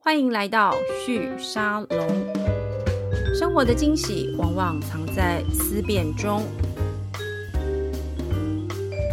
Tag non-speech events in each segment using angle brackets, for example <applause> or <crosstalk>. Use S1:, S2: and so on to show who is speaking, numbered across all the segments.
S1: 欢迎来到旭沙龙。生活的惊喜往往藏在思辨中。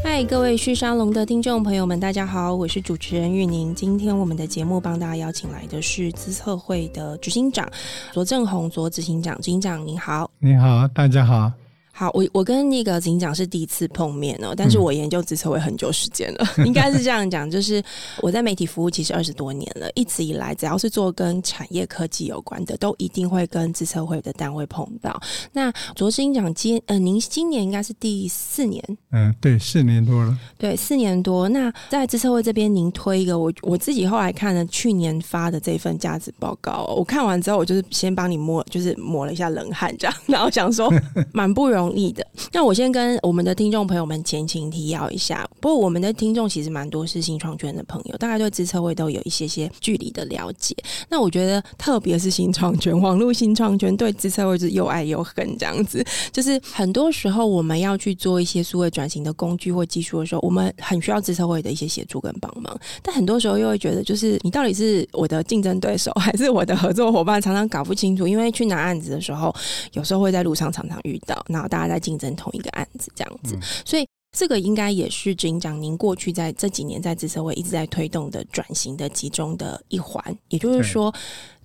S2: 嗨，各位旭沙龙的听众朋友们，大家好，我是主持人玉宁。今天我们的节目帮大家邀请来的是资策会的执行长左正宏，左执行长，执行长您好。
S3: 你好，大家好。
S2: 好，我我跟那个执行长是第一次碰面哦，但是我研究资策会很久时间 <laughs> 了，应该是这样讲，就是我在媒体服务其实二十多年了，一直以来只要是做跟产业科技有关的，都一定会跟资策会的单位碰到。那卓执行长今呃，您今年应该是第四年，
S3: 嗯，对，四年多了。
S2: 对，四年多。那在资策会这边，您推一个我我自己后来看了去年发的这份价值报告，哦我看完之后，我就是先帮你摸，就是抹了一下冷汗这样， <laughs> 然后想说蛮不容易的。那我先跟我们的听众朋友们前情提要一下，不过我们的听众其实蛮多是新创圈的朋友，大概对资策会都有一些些距离的了解。那我觉得，特别是新创圈，网络新创圈对资策会是又爱又恨这样子。就是很多时候我们要去做一些数位转型的工具或技术的时候，我们很需要资策会的一些协助跟帮忙。但很多时候又会觉得，就是你到底是我的竞争对手还是我的合作伙伴，常常搞不清楚。因为去拿案子的时候，有时候会在路上常常遇到，然后大家在竞争同一个案子这样子，
S3: 嗯
S2: 所以。这个应该也是执行长您过去在这几年在资策会一直在推动的转型的其中的一环，也就是
S3: 对
S2: 说，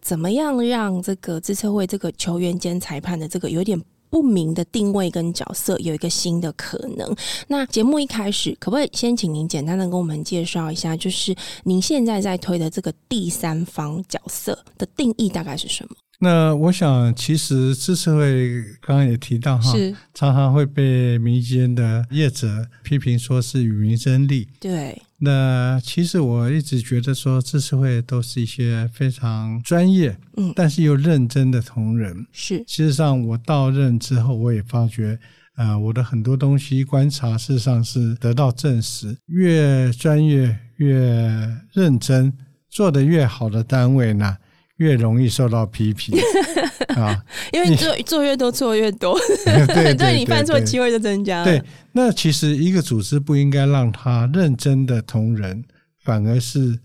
S2: 怎么样让这个资策会这个球员兼裁判的这个有点不明的定位跟角色有一个新的可能。那节目一开始，可不可以先请您简单的跟我们介绍一下，就是您现在在推的这个第三方角色的定义大概是什么？
S3: 那我想，其实知识会刚刚也提到哈，常常会被民间的业者批评说是与民争利。
S2: 对，
S3: 那其实我一直觉得说，知识会都是一些非常专业，
S2: 嗯
S3: 但是又认真的同仁。
S2: 是，
S3: 事实上，我到任之后，我也发觉，呃，我的很多东西观察，事实上是得到证实，越专业、越认真，做得越好的单位呢，越容易受到
S2: <laughs>
S3: 批评啊。
S2: 因为
S3: 你
S2: 做做越多，错越多，
S3: 对对
S2: <laughs> 对你犯错
S3: 对
S2: 机会就增加了。
S3: 对，那其实一个组织不应该让他认真的同仁，反而是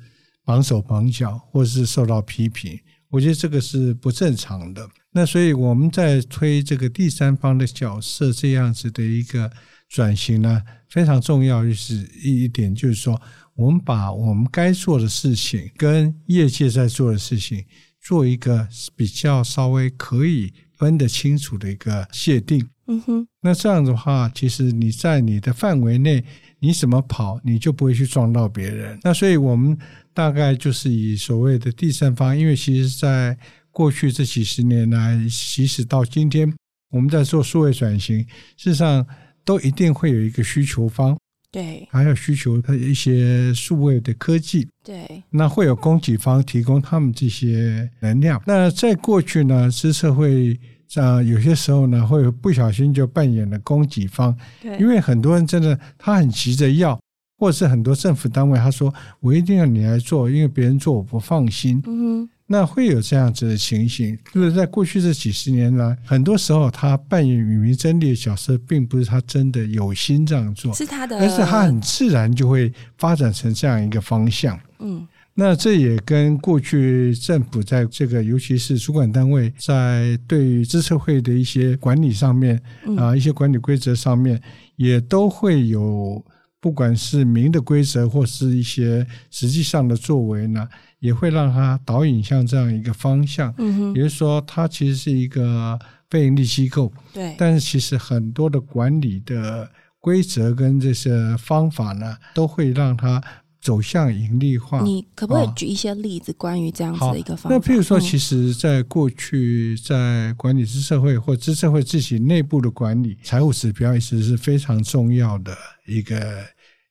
S3: 绑手绑脚，或是受到批评。我觉得这个是不正常的。那所以我们在推这个第三方的角色这样子的一个转型呢，非常重要就是一一点，就是说我们把我们该做的事情跟业界在做的事情做一个比较稍微可以分得清楚的一个界定。
S2: 嗯哼，
S3: 那这样的话，其实你在你的范围内，你怎么跑，你就不会去撞到别人。那所以我们大概就是以所谓的第三方，因为其实在过去这几十年来，即使到今天，我们在做数位转型，事实上都一定会有一个需求方，
S2: 对
S3: 还有需求的一些数位的科技。
S2: 对，
S3: 那会有供给方提供他们这些能量。那在过去呢，资社会啊、呃有些时候呢，会不小心就扮演了供给方，
S2: 对
S3: 因为很多人真的他很急着要，或者是很多政府单位他说我一定要你来做，因为别人做我不放心。
S2: 嗯哼，
S3: 那会有这样子的情形，就是在过去这几十年来，很多时候他扮演与民争利的角色，并不是他真的有心这样做，
S2: 哦是他的，
S3: 而是他很自然就会发展成这样一个方向。
S2: 嗯
S3: 那这也跟过去政府在这个，尤其是主管单位在对于资策会的一些管理上面
S2: 嗯
S3: 啊、一些管理规则上面，也都会有，不管是明的规则或是一些实际上的作为呢，也会让它导引向这样一个方向。
S2: 嗯
S3: 也
S2: 哼，
S3: 就是说，它其实是一个非盈利机构，
S2: 对
S3: 但是其实很多的管理的规则跟这些方法呢，都会让它走向盈利化。
S2: 你可不可以
S3: 哦
S2: 举一些例子关于这样子
S3: 好
S2: 的一个方法？嗯
S3: 那譬如说，其
S2: 实
S3: 实，在过去，在管理资社会或资社会自己内部的管理，财务指标一直是非常重要的一个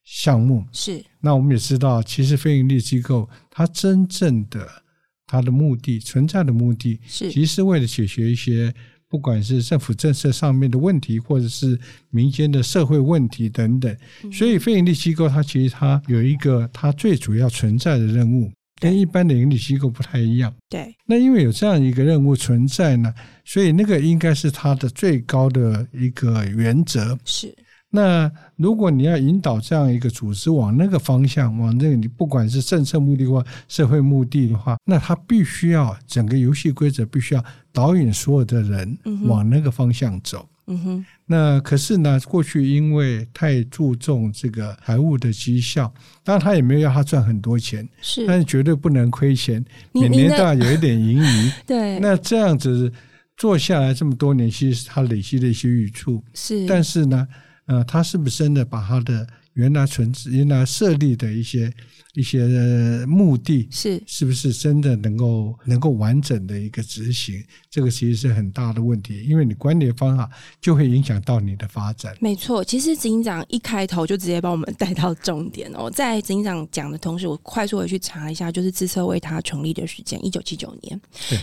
S3: 项目。
S2: 嗯是
S3: 那我们也知道，其实非盈利机构它真正的它的目的存在的目的，
S2: 是
S3: 其实是为了解决一些不管是政府政策上面的问题，或者是民间的社会问题等等。
S2: 嗯
S3: 所以，非盈利机构它其实它有一个它最主要存在的任务，跟一般的盈利机构不太一样。
S2: 对，
S3: 那因为有这样一个任务存在呢，所以那个应该是它的最高的一个原则。
S2: 是
S3: 那如果你要引导这样一个组织往那个方向，往那个你不管是政策目的或社会目的的话，那它必须要整个游戏规则必须要导引所有的人
S2: 嗯哼
S3: 往那个方向走。
S2: 嗯哼，
S3: 那可是呢，过去因为太注重这个财务的绩效，当然他也没有要他赚很多钱，但
S2: 是
S3: 是绝对不能亏钱，
S2: 你
S3: 每年
S2: 你
S3: 都
S2: 的
S3: 要有一点盈余。
S2: 对，
S3: 那这样子做下来这么多年，其实他累积了一些益处，
S2: 是，
S3: 但是呢，呃，他是不是真的把他的原来存原来设立的一些一些呃目的，
S2: 是
S3: 是不是真的能够能够完整的一个执行？这个其实是很大的问题，因为你管理的方法就会影响到你的发展。
S2: 没错，其实执行长一开头就直接把我们带到重点哦。在执行长讲的同时，我快速的去查一下，就是自测为他成立的时间，一九七九年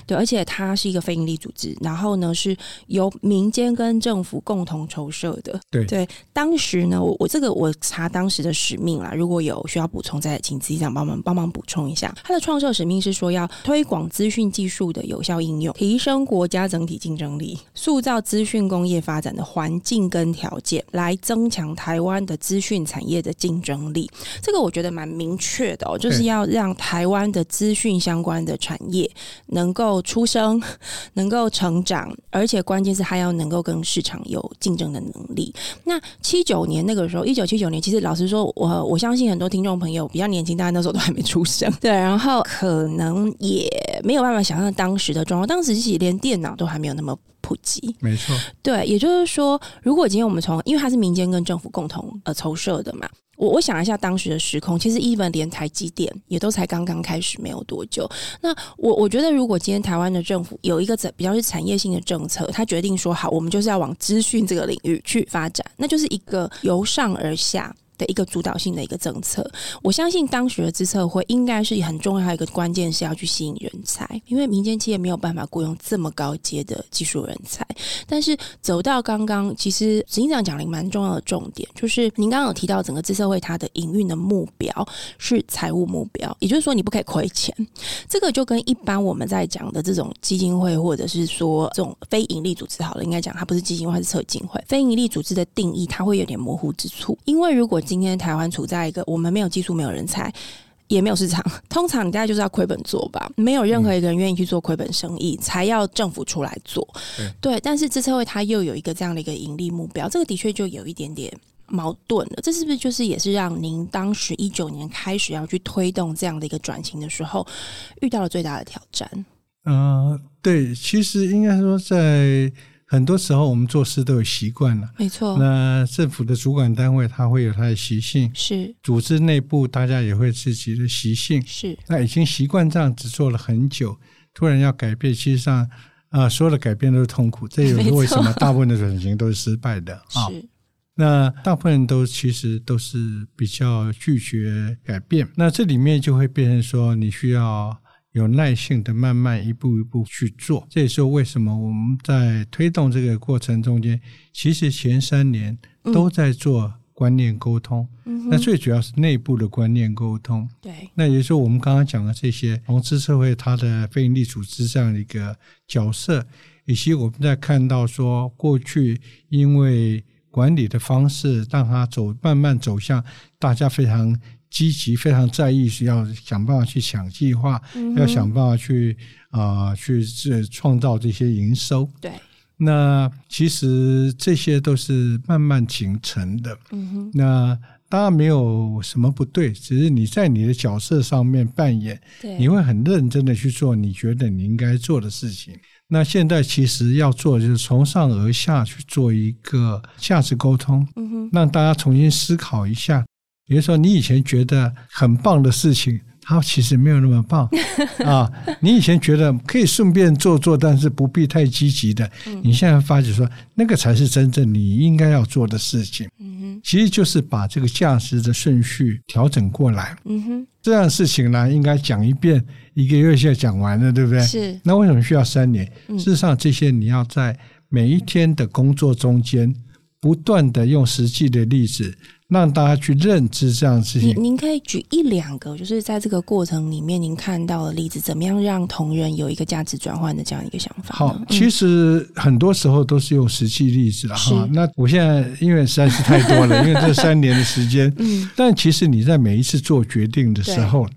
S3: 对
S2: 而且它是一个非营利组织，然后呢是由民间跟政府共同筹设的。
S3: 对
S2: 对，当时呢，我我这个我查当时的使命啦，如果有需要补充，再请执行长帮忙帮忙补充一下。它的创设使命是说要推广资讯技术的有效应用，提升国家整体竞争力，塑造资讯工业发展的环境跟条件，来增强台湾的资讯产业的竞争力。这个我觉得蛮明确的哦，就是
S3: 对
S2: 要让台湾的资讯相关的产业能够出生，能够成长，而且关键是它要能够跟市场有竞争的能力。那七九年那个时候，一九七九年，其实老实说，我我相信很多听众朋友比较年轻，大家那时候都还没出生， <laughs> 对，然后可能也没有办法想象当时的状况，当时其实连电脑都还没有那么普及，
S3: 没错，
S2: 对，也就是说，如果今天我们从，因为它是民间跟政府共同呃筹设的嘛，我我想一下当时的时空，其实 even 连台积电也都才刚刚开始没有多久。那我我觉得，如果今天台湾的政府有一个比较是产业性的政策，它决定说好，我们就是要往资讯这个领域去发展，那就是一个由上而下。的一个主导性的一个政策，我相信当时的资策会应该是很重要的一个关键，是要去吸引人才，因为民间企业没有办法雇佣这么高阶的技术人才。但是走到刚刚，其实执行长讲了一个蛮重要的重点，就是您刚刚有提到整个自社会它的营运的目标是财务目标，也就是说你不可以亏钱。这个就跟一般我们在讲的这种基金会或者是说这种非盈利组织好了，应该讲它不是基金会，它是社金会。非盈利组织的定义它会有点模糊之处，因为如果今天台湾处在一个我们没有技术、没有人才，也没有市场。 <laughs> 通常你大概就是要亏本做吧，没有任何一个人愿意去做亏本生意，才要政府出来做。对，但是自测会它又有一个这样的一个盈利目标，这个的确就有一点点。矛盾了，这是不是就是也是让您当时一九年开始要去推动这样的一个转型的时候，遇到了最大的挑战？
S3: 呃，对，其实应该说，在很多时候我们做事都有习惯了。
S2: 没错，
S3: 那政府的主管单位它会有它的习性，
S2: 是
S3: 组织内部大家也会自己的习性。
S2: 是，
S3: 那已经习惯这样子做了很久，突然要改变，其实上啊、呃所有的改变都是痛苦。这也是为什么大部分的转型都是失败的啊。
S2: 是，
S3: 那大部分人都其实都是比较拒绝改变，那这里面就会变成说，你需要有耐性的慢慢一步一步去做。这也是为什么我们在推动这个过程中间，其实前三年都在做观念沟通，
S2: 嗯
S3: 那
S2: 哼，
S3: 最主要是内部的观念沟通。
S2: 对，
S3: 那也就是我们刚刚讲的这些红资社会它的非营利组织这样的一个角色，以及我们在看到说过去因为管理的方式，让它走慢慢走向大家非常积极、非常在意，是要想办法去想计划，
S2: 嗯
S3: 要
S2: 哼
S3: 想办法去啊、呃去这创造这些营收。
S2: 对，
S3: 那其实这些都是慢慢形成的。
S2: 嗯哼，
S3: 那当然没有什么不对，只是你在你的角色上面扮演，
S2: 对，
S3: 你会很认真的去做你觉得你应该做的事情。那现在其实要做的就是从上而下去做一个价值沟通，
S2: 嗯哼，
S3: 让大家重新思考一下。比如说，你以前觉得很棒的事情，它其实没有那么棒啊。你以前觉得可以顺便做做，但是不必太积极的，你现在发觉说，那个才是真正你应该要做的事情。
S2: 嗯哼，
S3: 其实就是把这个价值的顺序调整过来。
S2: 嗯哼，
S3: 这样的事情呢，应该讲一遍，一个月就讲完了，对不对？
S2: 是，
S3: 那为什么需要三年？
S2: 嗯
S3: 事实上，这些你要在每一天的工作中间，不断的用实际的例子让大家去认知这样的事
S2: 您
S3: 情。
S2: 您可以举一两个，就是在这个过程里面您看到的例子，怎么样让同仁有一个价值转换的这样一个想法呢？
S3: 好，
S2: 嗯
S3: 其实很多时候都是用实际例子了哈
S2: 是。
S3: 那我现在因为实在是太
S2: <laughs>
S3: 多了，因为这三年的时间，
S2: 嗯，
S3: 但其实你在每一次做决定的时候，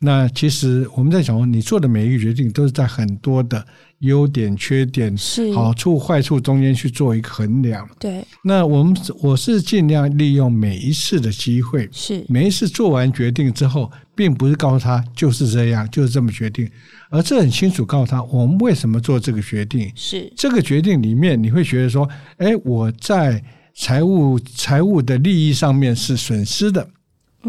S3: 那其实我们在想，你做的每一个决定都是在很多的优点、缺点、
S2: 是
S3: 好处、坏处中间去做一个衡量。
S2: 对，
S3: 那我们我是尽量利用每一次的机会，
S2: 是
S3: 每一次做完决定之后，并不是告诉他就是这样，就是这么决定，而这很清楚告诉他我们为什么做这个决定。
S2: 是
S3: 这个决定里面，你会觉得说，哎，我在财务财务的利益上面是损失的，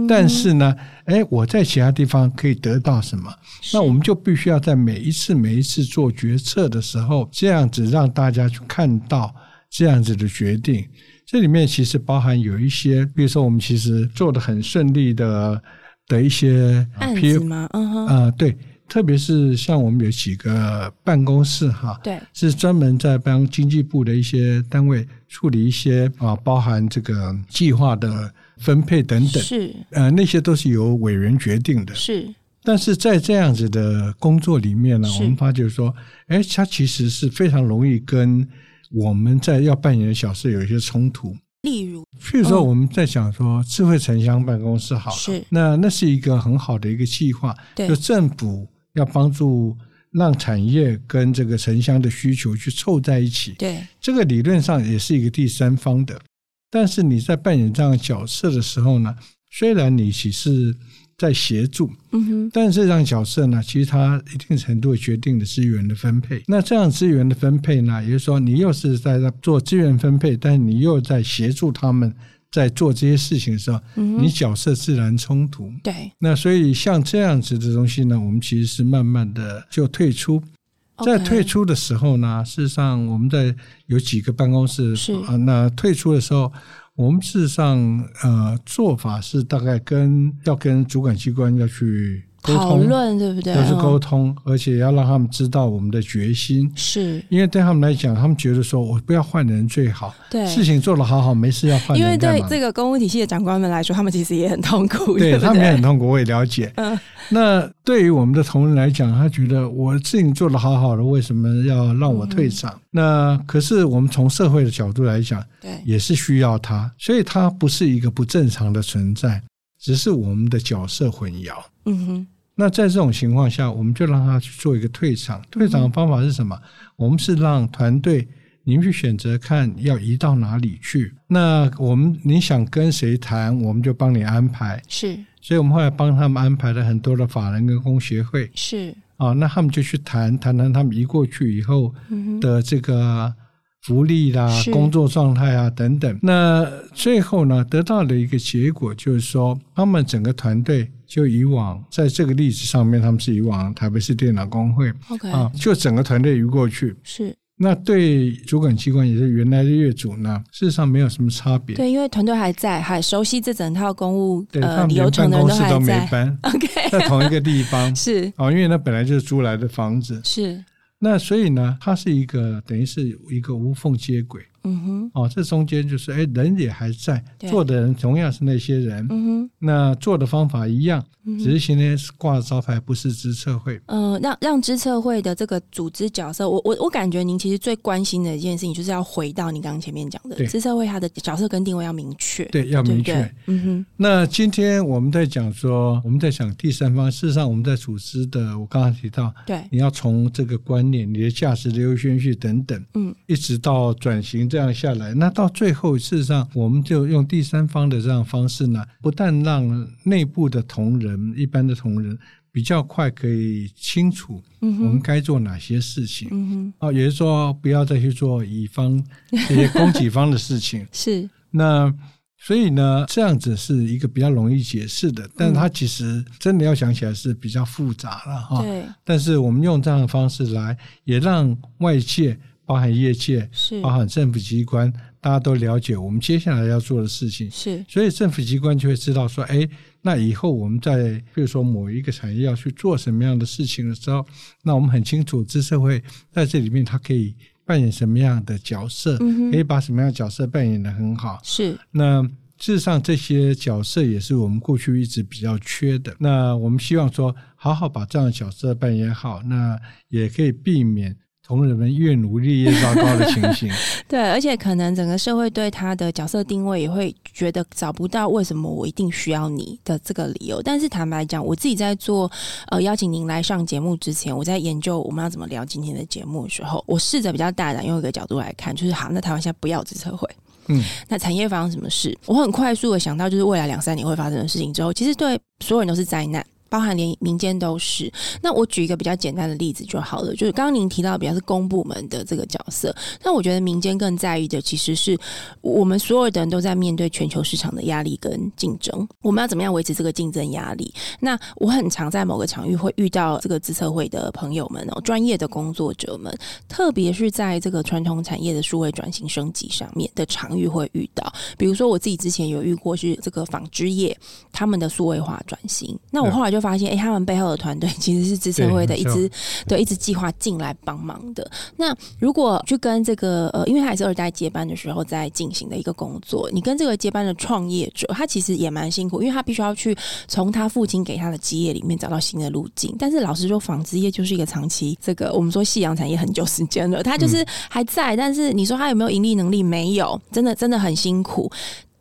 S3: 但是呢，哎，我在其他地方可以得到什么？那我们就必须要在每一次每一次做决策的时候，这样子让大家去看到这样子的决定。这里面其实包含有一些，比如说我们其实做的很顺利的的一些
S2: 案
S3: 譬
S2: 子
S3: 如
S2: 吗？嗯哼，
S3: 啊、对，特别是像我们有几个办公室哈，
S2: 对，
S3: 是专门在帮经济部的一些单位处理一些啊，包含这个计划的分配等等，
S2: 是
S3: 呃，那些都是由委员决定的。
S2: 是
S3: 但是在这样子的工作里面呢，
S2: 是
S3: 我们发觉说，哎，它其实是非常容易跟我们在要扮演的角色有一些冲突。
S2: 例如
S3: 譬如说，
S2: 嗯
S3: 我们在想说智慧城乡办公室好了，
S2: 是
S3: 那那是一个很好的一个计划，
S2: 对
S3: 就政府要帮助让产业跟这个城乡的需求去凑在一起。
S2: 对
S3: 这个理论上也是一个第三方的，但是你在扮演这样的角色的时候呢，虽然你只是在协助，
S2: 嗯哼
S3: 但是这样角色呢，其实它一定程度决定了资源的分配。那这样资源的分配呢，也就是说，你又是在做资源分配，但你又在协助他们在做这些事情的时候，
S2: 嗯
S3: 你
S2: 哼
S3: 角色自然冲突。
S2: 对
S3: 那所以像这样子的东西呢，我们其实是慢慢的就退出。在
S2: OK，
S3: 退出的时候呢，事实上我们在有几个办公室
S2: 是
S3: 啊、那退出的时候，我们事实上呃做法是大概跟要跟主管机关要去沟
S2: 讨
S3: 通，
S2: 论对不对？
S3: 要去沟
S2: 嗯
S3: 通，而且要让他们知道我们的决心。
S2: 是
S3: 因为对他们来讲，他们觉得说我不要换人最好，
S2: 对。
S3: 事情做得好好，没事要换
S2: 因为
S3: 人干
S2: 对
S3: 嘛？
S2: 这个公务体系的长官们来说，他们其实也很痛苦，
S3: <laughs> 对
S2: 不
S3: 他们也很痛苦，我也了解。
S2: 嗯，
S3: 那对于我们的同仁来讲，他觉得我事情做得好好的，为什么要让我退场？那可是我们从社会的角度来讲，
S2: 对，
S3: 也是需要他，所以他不是一个不正常的存在，只是我们的角色混淆。
S2: 嗯哼，
S3: 那在这种情况下，我们就让他去做一个退场。退场的方法是什么？我们是让团队您去选择看要移到哪里去。那我们你想跟谁谈，我们就帮你安排。
S2: 是
S3: 所以我们后来帮他们安排了很多的法人跟工协会
S2: 是，
S3: 啊，那他们就去谈谈谈他们移过去以后
S2: 嗯哼，
S3: 的这个福利啦、
S2: 是
S3: 工作状态啊等等。那最后呢，得到的一个结果就是说，他们整个团队就以往在这个例子上面，他们是以往台北市电脑工会
S2: OK，、
S3: 啊，就整个团队移过去。
S2: 是
S3: 那对主管机关也是原来的业主呢，事实上没有什么差别。
S2: 对，因为团队还在，还熟悉这整套公务
S3: 对，他
S2: 呃
S3: 们连
S2: 流
S3: 办
S2: 程的人
S3: 公室
S2: 还
S3: 都没
S2: 在，
S3: 搬
S2: ，OK，
S3: 在同一个地
S2: <laughs>
S3: 方。
S2: 是
S3: 哦，因为那本来就是租来的房子，
S2: 是，
S3: 那所以呢，它是一个等于是一个无缝接轨
S2: 嗯哼，
S3: 哦。这中间就是，哎，人也还在，
S2: 对
S3: 做的人同样是那些人，
S2: 嗯哼。
S3: 那做的方法一样，
S2: 嗯
S3: 只是现在是挂的招牌不是知策会。
S2: 呃，让让知策会的这个组织角色，我我我感觉您其实最关心的一件事情，就是要回到你刚刚前面讲的
S3: 对，
S2: 知策会它的角色跟定位要明确，
S3: 对，要
S2: 对
S3: 明
S2: 不
S3: 确。
S2: 对？嗯哼，
S3: 那今天我们在讲说，我们在讲第三方，事实上我们在组织的，我刚刚提到，
S2: 对，
S3: 你要从这个观念、你的价值的优先序等等，
S2: 嗯，
S3: 一直到转型这样下来，那到最后，事实上我们就用第三方的这样方式呢，不但让内部的同仁、一般的同仁比较快可以清楚
S2: 嗯
S3: 我们
S2: 哼，
S3: 该做哪些事情。
S2: 嗯哼，
S3: 哦，也就是说，不要再去做乙方这些供给方的
S2: <laughs>
S3: 事情。
S2: 是
S3: 那所以呢，这样子是一个比较容易解释的，但它其实真的要想起来是比较复杂了哈。
S2: 嗯对，
S3: 但是我们用这样的方式来，也让外界，包含业界，
S2: 是
S3: 包含政府机关，大家都了解我们接下来要做的事情。
S2: 是，
S3: 所以政府机关就会知道说，哎，那以后我们在比如说某一个产业要去做什么样的事情的时候，那我们很清楚知社会在这里面它可以扮演什么样的角色，
S2: 嗯
S3: 可以
S2: 哼，
S3: 把什么样的角色扮演的很好。
S2: 是
S3: 那事实上，这些角色也是我们过去一直比较缺的。那我们希望说，好好把这样的角色扮演好，那也可以避免同仁们越努力越糟糕的情形。 <laughs>
S2: 对，而且可能整个社会对他的角色定位也会觉得找不到为什么我一定需要你的这个理由。但是坦白讲，我自己在做呃邀请您来上节目之前，我在研究我们要怎么聊今天的节目的时候，我试着比较大胆用一个角度来看，就是好，那台湾现在不要自测会，
S3: 嗯，
S2: 那产业发生什么事？我很快速的想到，就是未来两三年会发生的事情之后，其实对所有人都是灾难。包含连民间都是。那我举一个比较简单的例子就好了，就是刚刚您提到比较是公部门的这个角色，那我觉得民间更在意的其实是我们所有的人都在面对全球市场的压力跟竞争，我们要怎么样维持这个竞争压力？那我很常在某个场域会遇到这个自测会的朋友们哦，专业的工作者们，特别是在这个传统产业的数位转型升级上面的场域会遇到。比如说我自己之前有遇过是这个纺织业他们的数位化转型，那我
S3: 对
S2: 后来就发现，哎、他们背后的团队其实是自测会的一
S3: 嗯对没
S2: 支对一支计划进来帮忙的。那如果去跟这个呃，因为他也是二代接班的时候在进行的一个工作，你跟这个接班的创业者，他其实也蛮辛苦，因为他必须要去从他父亲给他的基业里面找到新的路径。但是老实说，纺织业就是一个长期这个我们说夕阳产业很久时间了，他就是还在，但是你说他有没有盈利能力？没有，真的真的很辛苦。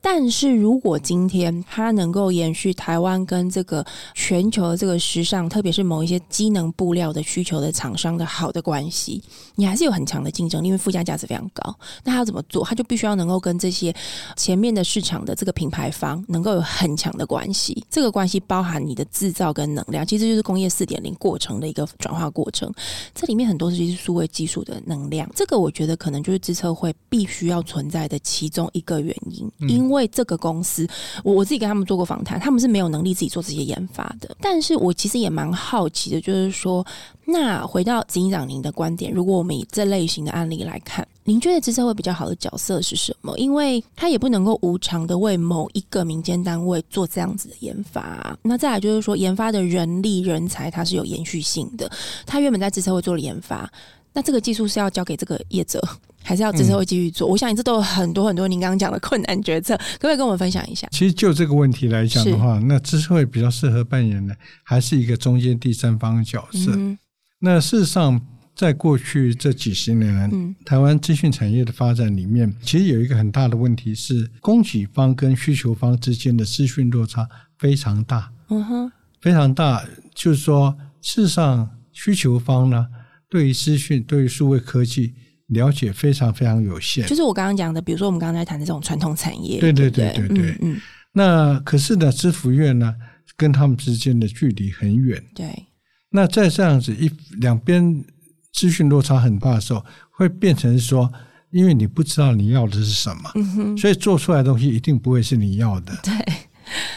S2: 但是如果今天它能够延续台湾跟这个全球的这个时尚，特别是某一些机能布料的需求的厂商的好的关系，你还是有很强的竞争力，因为附加价值非常高。那他要怎么做？他就必须要能够跟这些前面的市场的这个品牌方能够有很强的关系。这个关系包含你的制造跟能量，其实就是工业四点零过程的一个转化过程。这里面很多是就是数位技术的能量，这个我觉得可能就是自测会必须要存在的其中一个原因，因为这个公司，我我自己跟他们做过访谈，他们是没有能力自己做这些研发的。但是我其实也蛮好奇的，就是说，那回到警长您的观点，如果我们以这类型的案例来看，您觉得自测会比较好的角色是什么？因为他也不能够无偿的为某一个民间单位做这样子的研发啊、那再来就是说，研发的人力人才它是有延续性的，他原本在自测会做了研发，那这个技术是要交给这个业者，还是要自测会继续
S3: 嗯
S2: 做？我想你这都有很多很多您刚刚讲的困难决策，可不可以跟我们分享一下？
S3: 其实就这个问题来讲的话，那知识会比较适合扮演的还是一个中间第三方的角色。
S2: 嗯
S3: 那事实上，在过去这几十年来，
S2: 嗯
S3: 台湾资讯产业的发展里面，其实有一个很大的问题是，供给方跟需求方之间的资讯落差非常大，
S2: 嗯哼，
S3: 非常大。就是说，事实上，需求方呢，对于资讯、对于数位科技了解非常非常有限
S2: 就。是我刚刚讲的，比如说我们刚刚在谈的这种传统产业，
S3: 对
S2: 对
S3: 对
S2: 不
S3: 对对对
S2: 嗯嗯，
S3: 那可是呢，支付院呢，跟他们之间的距离很远。
S2: 对，
S3: 那在这样子一两边资讯落差很大的时候，会变成说，因为你不知道你要的是什么，
S2: 嗯哼，
S3: 所以做出来的东西一定不会是你要的。
S2: <laughs> 对，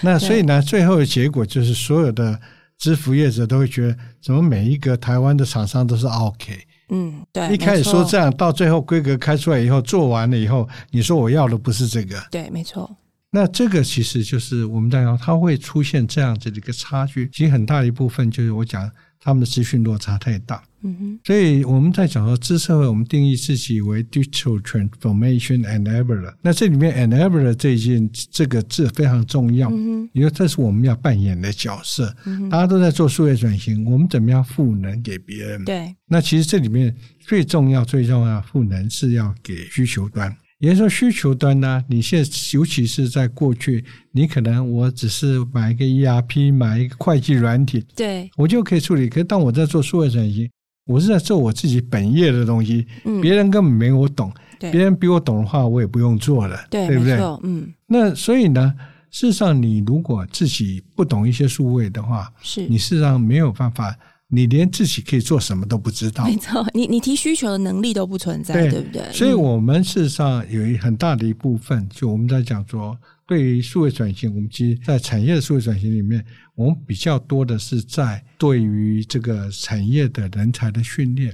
S3: 那所以呢，最后的结果就是所有的支付业者都会觉得，怎么每一个台湾的厂商都是 OK？
S2: 嗯对，
S3: 一开始
S2: 没错
S3: 说这样，到最后规格开出来以后，做完了以后，你说我要的不是这个，
S2: 对，没错，
S3: 那这个其实就是我们在讲，它会出现这样子的一个差距，其实很大一部分就是我讲他们的资讯落差太大。
S2: 嗯
S3: 所以我们在讲说，知社会我们定义自己为 digital transformation enabler。那这里面 enabler 这一件这个字非常重要，
S2: 嗯
S3: 因为这是我们要扮演的角色。
S2: 嗯
S3: 大家都在做数位转型，我们怎么样赋能给别人
S2: 哼，？对，
S3: 那其实这里面最重要、最重要的赋能是要给需求端。也就是说，需求端呢，你现在尤其是在过去，你可能我只是买一个 ERP，买一个会计软体，
S2: 对，
S3: 我就可以处理。可是当我在做数位转型，我是在做我自己本业的东西，
S2: 嗯，
S3: 别人根本没我懂。
S2: 对
S3: 别人比我懂的话，我也不用做了，
S2: 对，
S3: 不
S2: 没
S3: 对？
S2: 错，嗯，
S3: 那所以呢，事实上，你如果自己不懂一些数位的话，
S2: 是
S3: 你。事实上没有办法，你连自己可以做什么都不知道
S2: 没。错，你你提需求的能力都不存在，
S3: 对
S2: 对不对？
S3: 所以，
S2: 嗯
S3: 我们事实上有一很大的一部分，就我们在讲说，对于数位转型，我们其实在产业的数位转型里面，我们比较多的是在对于这个产业的人才的训练，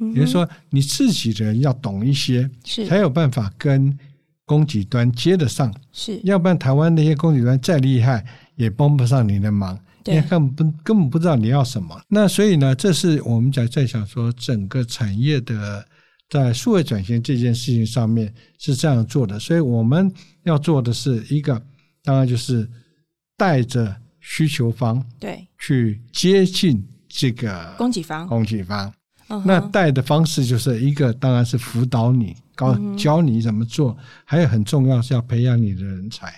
S2: 嗯哼
S3: 也就是说，你自己的人要懂一些，才
S2: 是
S3: 有办法跟供给端接得上，
S2: 是，
S3: 要不然台湾那些供给端再厉害，也帮不上你的忙。你
S2: 对，
S3: 根本不根本不知道你要什么。那所以呢，这是我们在在想说整个产业的在数位转型这件事情上面是这样做的，所以我们要做的是一个，当然就是带着需求方
S2: 对，
S3: 去接近这个
S2: 供给方，
S3: 供给方。
S2: 嗯哼
S3: 那带的方式就是一个，当然是辅导你，告教你怎么做，还有很重要是要培养你的人才。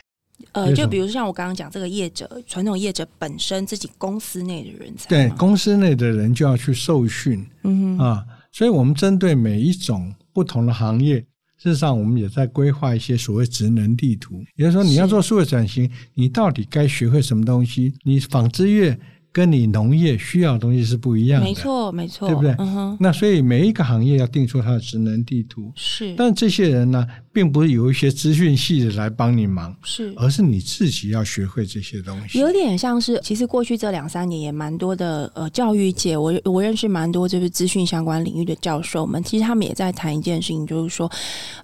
S2: 呃，
S3: 为什
S2: 就
S3: 么
S2: 比如像我刚刚讲这个业者，传统业者本身自己公司内的人才，
S3: 对，，公司内的人就要去受训
S2: 嗯哼，
S3: 啊。所以我们针对每一种不同的行业，事实上我们也在规划一些所谓职能地图，也就是说你要做数位转型，你到底该学会什么东西？你纺织业跟你农业需要的东西是不一样的，
S2: 没。错，没错，
S3: 对不对
S2: 嗯哼，
S3: 那所以每一个行业要定出它的职能地图，
S2: 是
S3: 但这些人呢，并不是有一些资讯系的来帮你忙，
S2: 是。
S3: 而是你自己要学会这些东西。
S2: 有点像是，其实过去这两三年也蛮多的，呃，教育界，我我认识蛮多就是资讯相关领域的教授们，其实他们也在谈一件事情，就是说，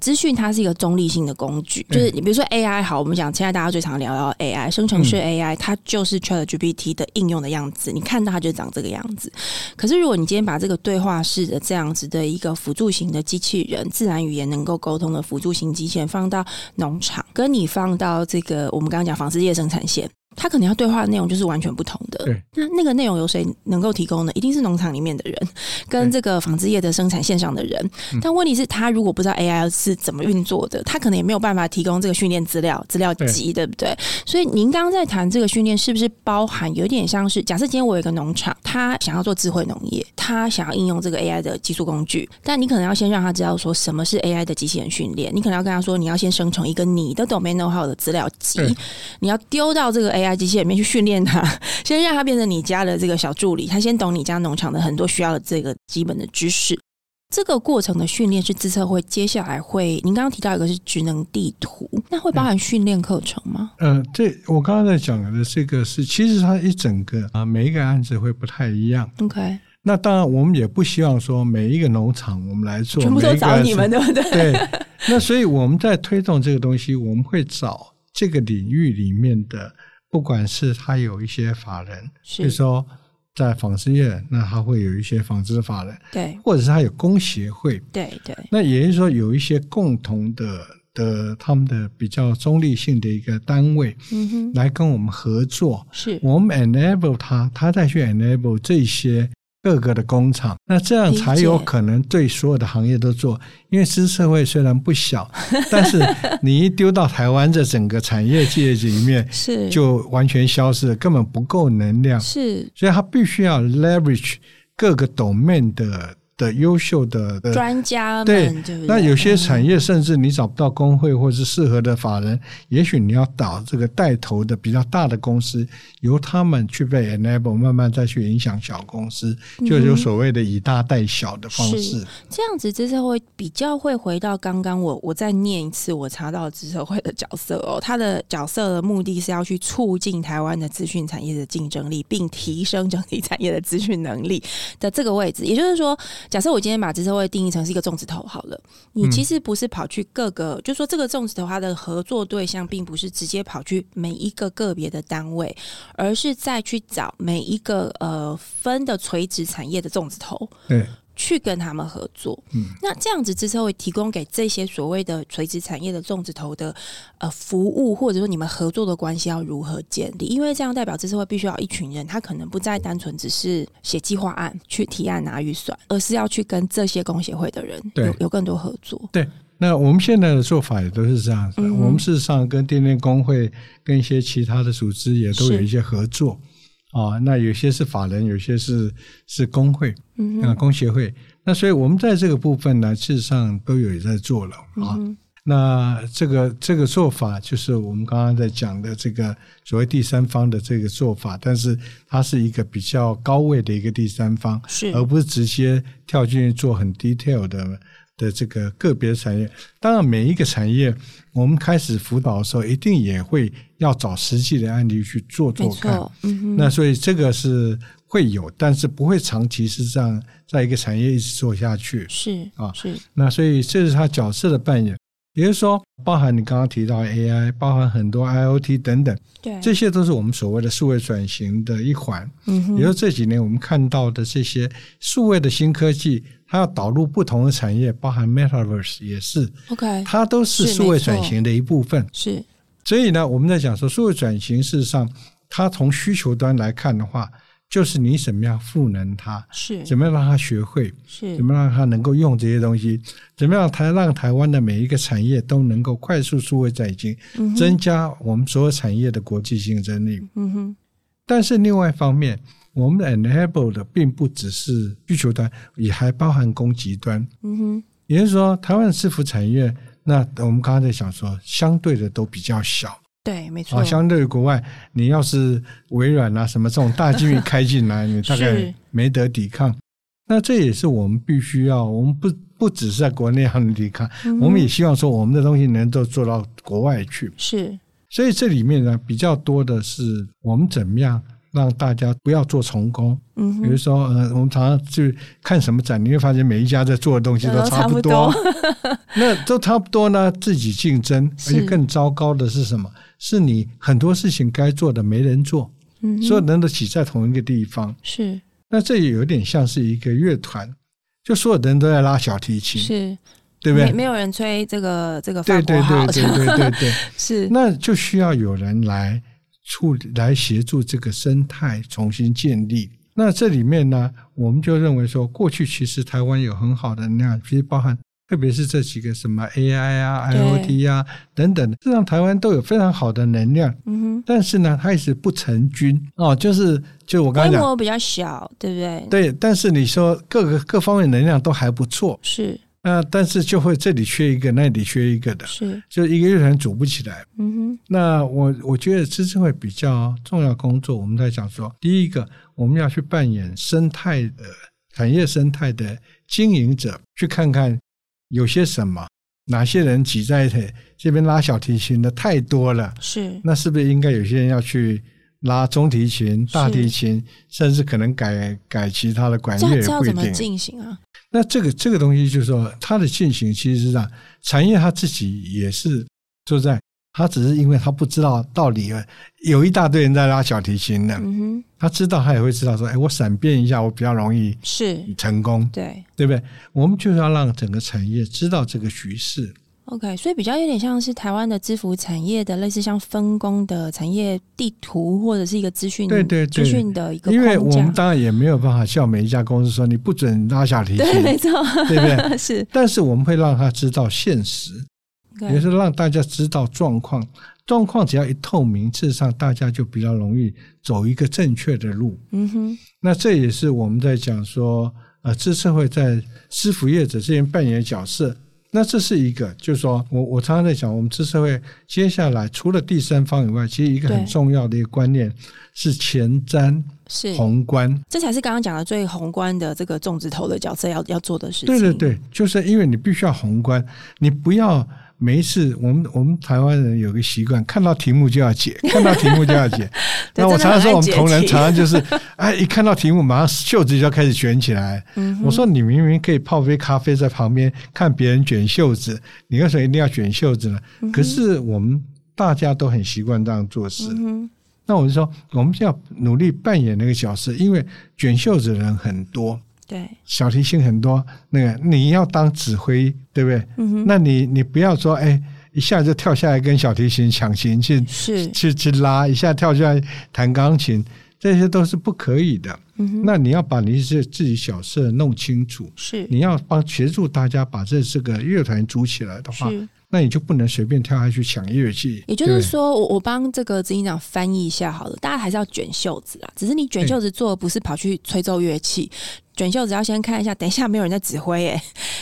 S2: 资讯它是一个中立性的工具，就是你比如说 AI 好，我们讲现在大家最常聊到 AI，生成式
S3: 嗯
S2: AI，、它就是 ChatGPT 的应用的样子，你看到它就长这个样子。可是如果你今天把这个对话式的这样子的一个辅助型的机器人，自然语言能够沟通的辅助型机器人放到农场，跟你放到这个我们刚刚讲纺织业生产线。它可能要对话的内容就是完全不同的，
S3: 对，
S2: 那那个内容由谁能够提供呢？一定是农场里面的人，跟
S3: 对嗯
S2: 这个纺织业的生产线上的人。但问题是，他如果不知道 AI 是怎么运作的，他可能也没有办法提供这个训练资料、资料集，对不对？所以您刚刚在谈这个训练，是不是包含有点像是，假设今天我有一个农场，他想要做智慧农业，他想要应用这个 AI 的技术工具，但你可能要先让他知道说什么是 AI 的机器人训练，你可能要跟他说，你要先生成一个你的 domain know how 的资料集
S3: 对，
S2: 你要丢到这个 AI 机器人里面去训练它， <laughs> 先让它变成你家的这个小助理，他先懂你家农场的很多需要的这个基本的知识。这个过程的训练是自测会，接下来会，您刚刚提到一个是职能地图，那会包含训练课程吗？
S3: 呃，这我刚刚在讲的这个是，其实它一整个啊，每一个案子会不太一样。
S2: OK，
S3: 那当然，我们也不希望说每一个农场我们来做，
S2: 全部都
S3: 每一个
S2: 找你们，
S3: 是。
S2: 对不对？
S3: 对，那所以我们在推动这个东西，我们会找这个领域里面的，不管是它有一些法人， <laughs> 比如
S2: 是，
S3: 说在纺织业，那它会有一些纺织法人，
S2: 对，
S3: 或者是它有工协会，
S2: 对，对，
S3: 那也就是说有一些共同的的他们的比较中立性的一个单位
S2: 嗯哼，
S3: 来跟我们合作，
S2: 是，
S3: 我们 enable 他，他再去 enable 这些各个的工厂，那这样才有
S2: 理解
S3: 可能对所有的行业都做。因为知识社会虽然不小，但是你一丢到台湾这整个产业界里面，
S2: 是，
S3: 就完全消失了，根本不够能量。
S2: 是
S3: 所以它必须要 leverage 各个 domain 的的优秀的的
S2: 专家们，
S3: 呃对
S2: 对嗯不对？
S3: 那有些产业甚至你找不到工会或是适合的法人，也许你要找这个带头的比较大的公司，由他们去被 enable，慢慢再去影响小公司，就有所谓的以大带小的方式。
S2: 这样子，资策会比较会回到刚刚我我再念一次我查到资策会的角色哦，它的角色的目的是要去促进台湾的资讯产业的竞争力，并提升整体产业的资讯能力的这个位置。也就是说，假设我今天把资策会定义成是一个粽子头好了，你其实不是跑去各个，就说这个粽子头它的合作对象并不是直接跑去每一个个别的单位，而是再去找每一个呃分的垂直产业的粽子头，
S3: 对，
S2: 去跟他们合作。
S3: 嗯
S2: 那这样子之后会提供给这些所谓的垂直产业的粽子头的呃服务，或者说你们合作的关系要如何建立？因为这样代表这社会必须要有一群人，他可能不再单纯只是写计划案去提案拿预算，而是要去跟这些工协会的人
S3: 对
S2: 有有更多合作。
S3: 对。那我们现在的做法也都是这样子的。
S2: 嗯哼
S3: 我们事实上跟电电工会、跟一些其他的组织也都
S2: 是
S3: 有一些合作啊。那有些是法人，有些是是工会。
S2: 嗯
S3: 啊，
S2: 哼，
S3: 工协会。那所以我们在这个部分呢，事实上都有在做了
S2: 嗯
S3: 啊。那这个这个做法，就是我们刚刚在讲的这个所谓第三方的这个做法，但是它是一个比较高位的一个第三方，
S2: 是
S3: 而不是直接跳进去做很 detail 的的这个个别产业。当然，每一个产业我们开始辅导的时候，一定也会要找实际的案例去做
S2: 没
S3: 做看。
S2: 错，嗯哼，
S3: 那所以这个是会有，但是不会长期是这样，在一个产业一直做下去。
S2: 是
S3: 啊
S2: 是
S3: 那所以这是他角色的扮演，也就是说，包含你刚刚提到 AI，包含很多 IOT 等等，
S2: 对，
S3: 这些都是我们所谓的数位转型的一环。
S2: 嗯
S3: 也就是这几年我们看到的这些数位的新科技，它要导入不同的产业，包含 Metaverse 也是，
S2: ，OK，
S3: 它都是
S2: 哎是
S3: 数位
S2: 没错
S3: 转型的一部分。
S2: 是
S3: 所以呢，我们在讲说数位转型，事实上，它从需求端来看的话，就是你怎么样赋能它，
S2: 是
S3: 怎么样让它学会，
S2: 是
S3: 怎，么让它能够用这些东西，怎么样台让台湾的每一个产业都能够快速数位转型，增加我们所有产业的国际竞争力。
S2: 嗯哼，
S3: 但是另外一方面，我们 enable 的并不只是需求端，也还包含供给端。
S2: 嗯哼，
S3: 也就是说，台湾的伺服产业，那我们刚刚在想说，相对的都比较小。
S2: 对，没
S3: 啊，
S2: 错，
S3: 相对于国外，你要是微软啊什么这种大机遇开进来，你大概
S2: 是
S3: 没得抵抗。那这也是我们必须要，我们不不只是在国内上抵抗，
S2: 嗯
S3: 我们也希望说我们的东西能够做到国外去。
S2: 是
S3: 所以这里面呢，比较多的是我们怎么样让大家不要做重工。
S2: 嗯
S3: 比如
S2: 哼，
S3: 说，呃，我们常常去看什么展，你会发现每一家在做的东西都
S2: 都
S3: 差
S2: 嗯差
S3: 不
S2: 不
S3: 多。那都差不多呢，自己竞争，而
S2: 是
S3: 且更糟糕的是什么？是你很多事情该做的没人做，
S2: <laughs> 嗯
S3: 所有
S2: 哼，
S3: 人都挤在同一个地方。
S2: 是
S3: 那这也有点像是一个乐团，就所有的人都在拉小提琴，
S2: 是，
S3: 对不
S2: 没
S3: 对？
S2: 没有人吹这个这个法国
S3: 对对
S2: 号
S3: 对，对对对对，
S2: <laughs> 是
S3: 那就需要有人来处理、来协助这个生态重新建立。那这里面呢，我们就认为说，过去其实台湾有很好的那样，其实包含特别是这几个什么 AI 啊、
S2: 对
S3: IoT 啊等等，事实上台湾都有非常好的能量，
S2: 嗯哼，
S3: 但是呢，它也是不成军哦，就是就我刚
S2: 规
S3: 才讲。
S2: 模比较小，对不对？
S3: 对，但是你说各个各方面能量都还不错，
S2: 是
S3: 那、但是就会这里缺一个，那里缺一个的，
S2: 是，
S3: 就一个乐团组不起来。
S2: 嗯
S3: 那我我觉得这是会比较重要工作。我们在讲说，第一个我们要去扮演生态的产业生态的经营者，去看看有些什么，哪些人挤在一起这边拉小提琴的太多了，
S2: 哼，是
S3: 那是不是应该有些人要去拉中提琴、大提琴，甚至可能改改其他的管
S2: 这
S3: 乐
S2: 样
S3: 也
S2: 这要
S3: 不一
S2: 怎么
S3: 定。
S2: 进行啊？
S3: 那这个这个东西就是说，它的进行其实上产业它自己也是就在，它只是因为它不知道道理，有一大堆人在拉小提琴呢，
S2: 嗯哼，
S3: 他知道他也会知道说，哎，我闪变一下，我比较容易
S2: 是，
S3: 成功，
S2: 对
S3: 对不对？我们就是要让整个产业知道这个局势，
S2: ，OK，所以比较有点像是台湾的制服产业的类似像分工的产业地图或者是一个资讯
S3: 对对对
S2: 资讯的一个
S3: 因为
S2: 框
S3: 我们
S2: 架，
S3: 当然也没有办法叫每一家公司说你不准拉小提琴，
S2: 对，没错，
S3: 对不对？ <laughs>
S2: <laughs> 是，
S3: 但是我们会让他知道现实，
S2: OK
S3: 也是让大家知道状况。状况只要一透明，事实上大家就比较容易走一个正确的路。
S2: 嗯哼，
S3: 那这也是我们在讲说，呃，这社会在师服业者之间扮演的角色。那这是一个，就是说我我常常在讲，我们这社会接下来除了第三方以外，其实一个很
S2: 对
S3: 重要的一个观念是前瞻
S2: 是。
S3: 宏观。
S2: 这才是刚刚讲的最宏观的这个种植头的角色要要做的事情。
S3: 对对，对，就是因为你必须要宏观，你不要每一次我们我们台湾人有个习惯，看到题目就
S2: <laughs>
S3: 要解，看到题目就要解。
S2: 对
S3: 那我
S2: 真的
S3: 常
S2: 很
S3: 常说，
S2: 爱
S3: 我们
S2: 解
S3: 同仁
S2: 题
S3: 常常就是， <laughs> 哎，一看到题目马上袖子就要开始卷起来。
S2: 嗯
S3: 我说你明明可以泡杯咖啡在旁边看别人卷袖子，你为什么一定要卷袖子呢？
S2: 嗯
S3: 可是我们大家都很习惯这样做事。
S2: 嗯
S3: 那我就说，我们就要努力扮演那个角色，因为卷袖子的人很多。
S2: 哼，对，
S3: 小提琴很多，那个你要当指挥，对不对？
S2: 嗯哼，
S3: 那你你不要说，哎，一下就跳下来跟小提琴抢琴去
S2: 是，
S3: 去去拉，一下跳下来弹钢琴，这些都是不可以的。
S2: 嗯哼，
S3: 那你要把你这自己小事弄清楚，
S2: 是
S3: 你要帮协助大家把这这个乐团组起来的话，
S2: 是。
S3: 那你就不能随便跳下去抢乐器。
S2: 也就
S3: 对不
S2: 是
S3: 啊对
S2: 说，我我帮这个执行长翻译一下好了，大家还是要卷袖子啦。只是你卷袖子做的不是跑去吹奏乐器，卷袖子要先看一下，等一下没有人在指挥耶、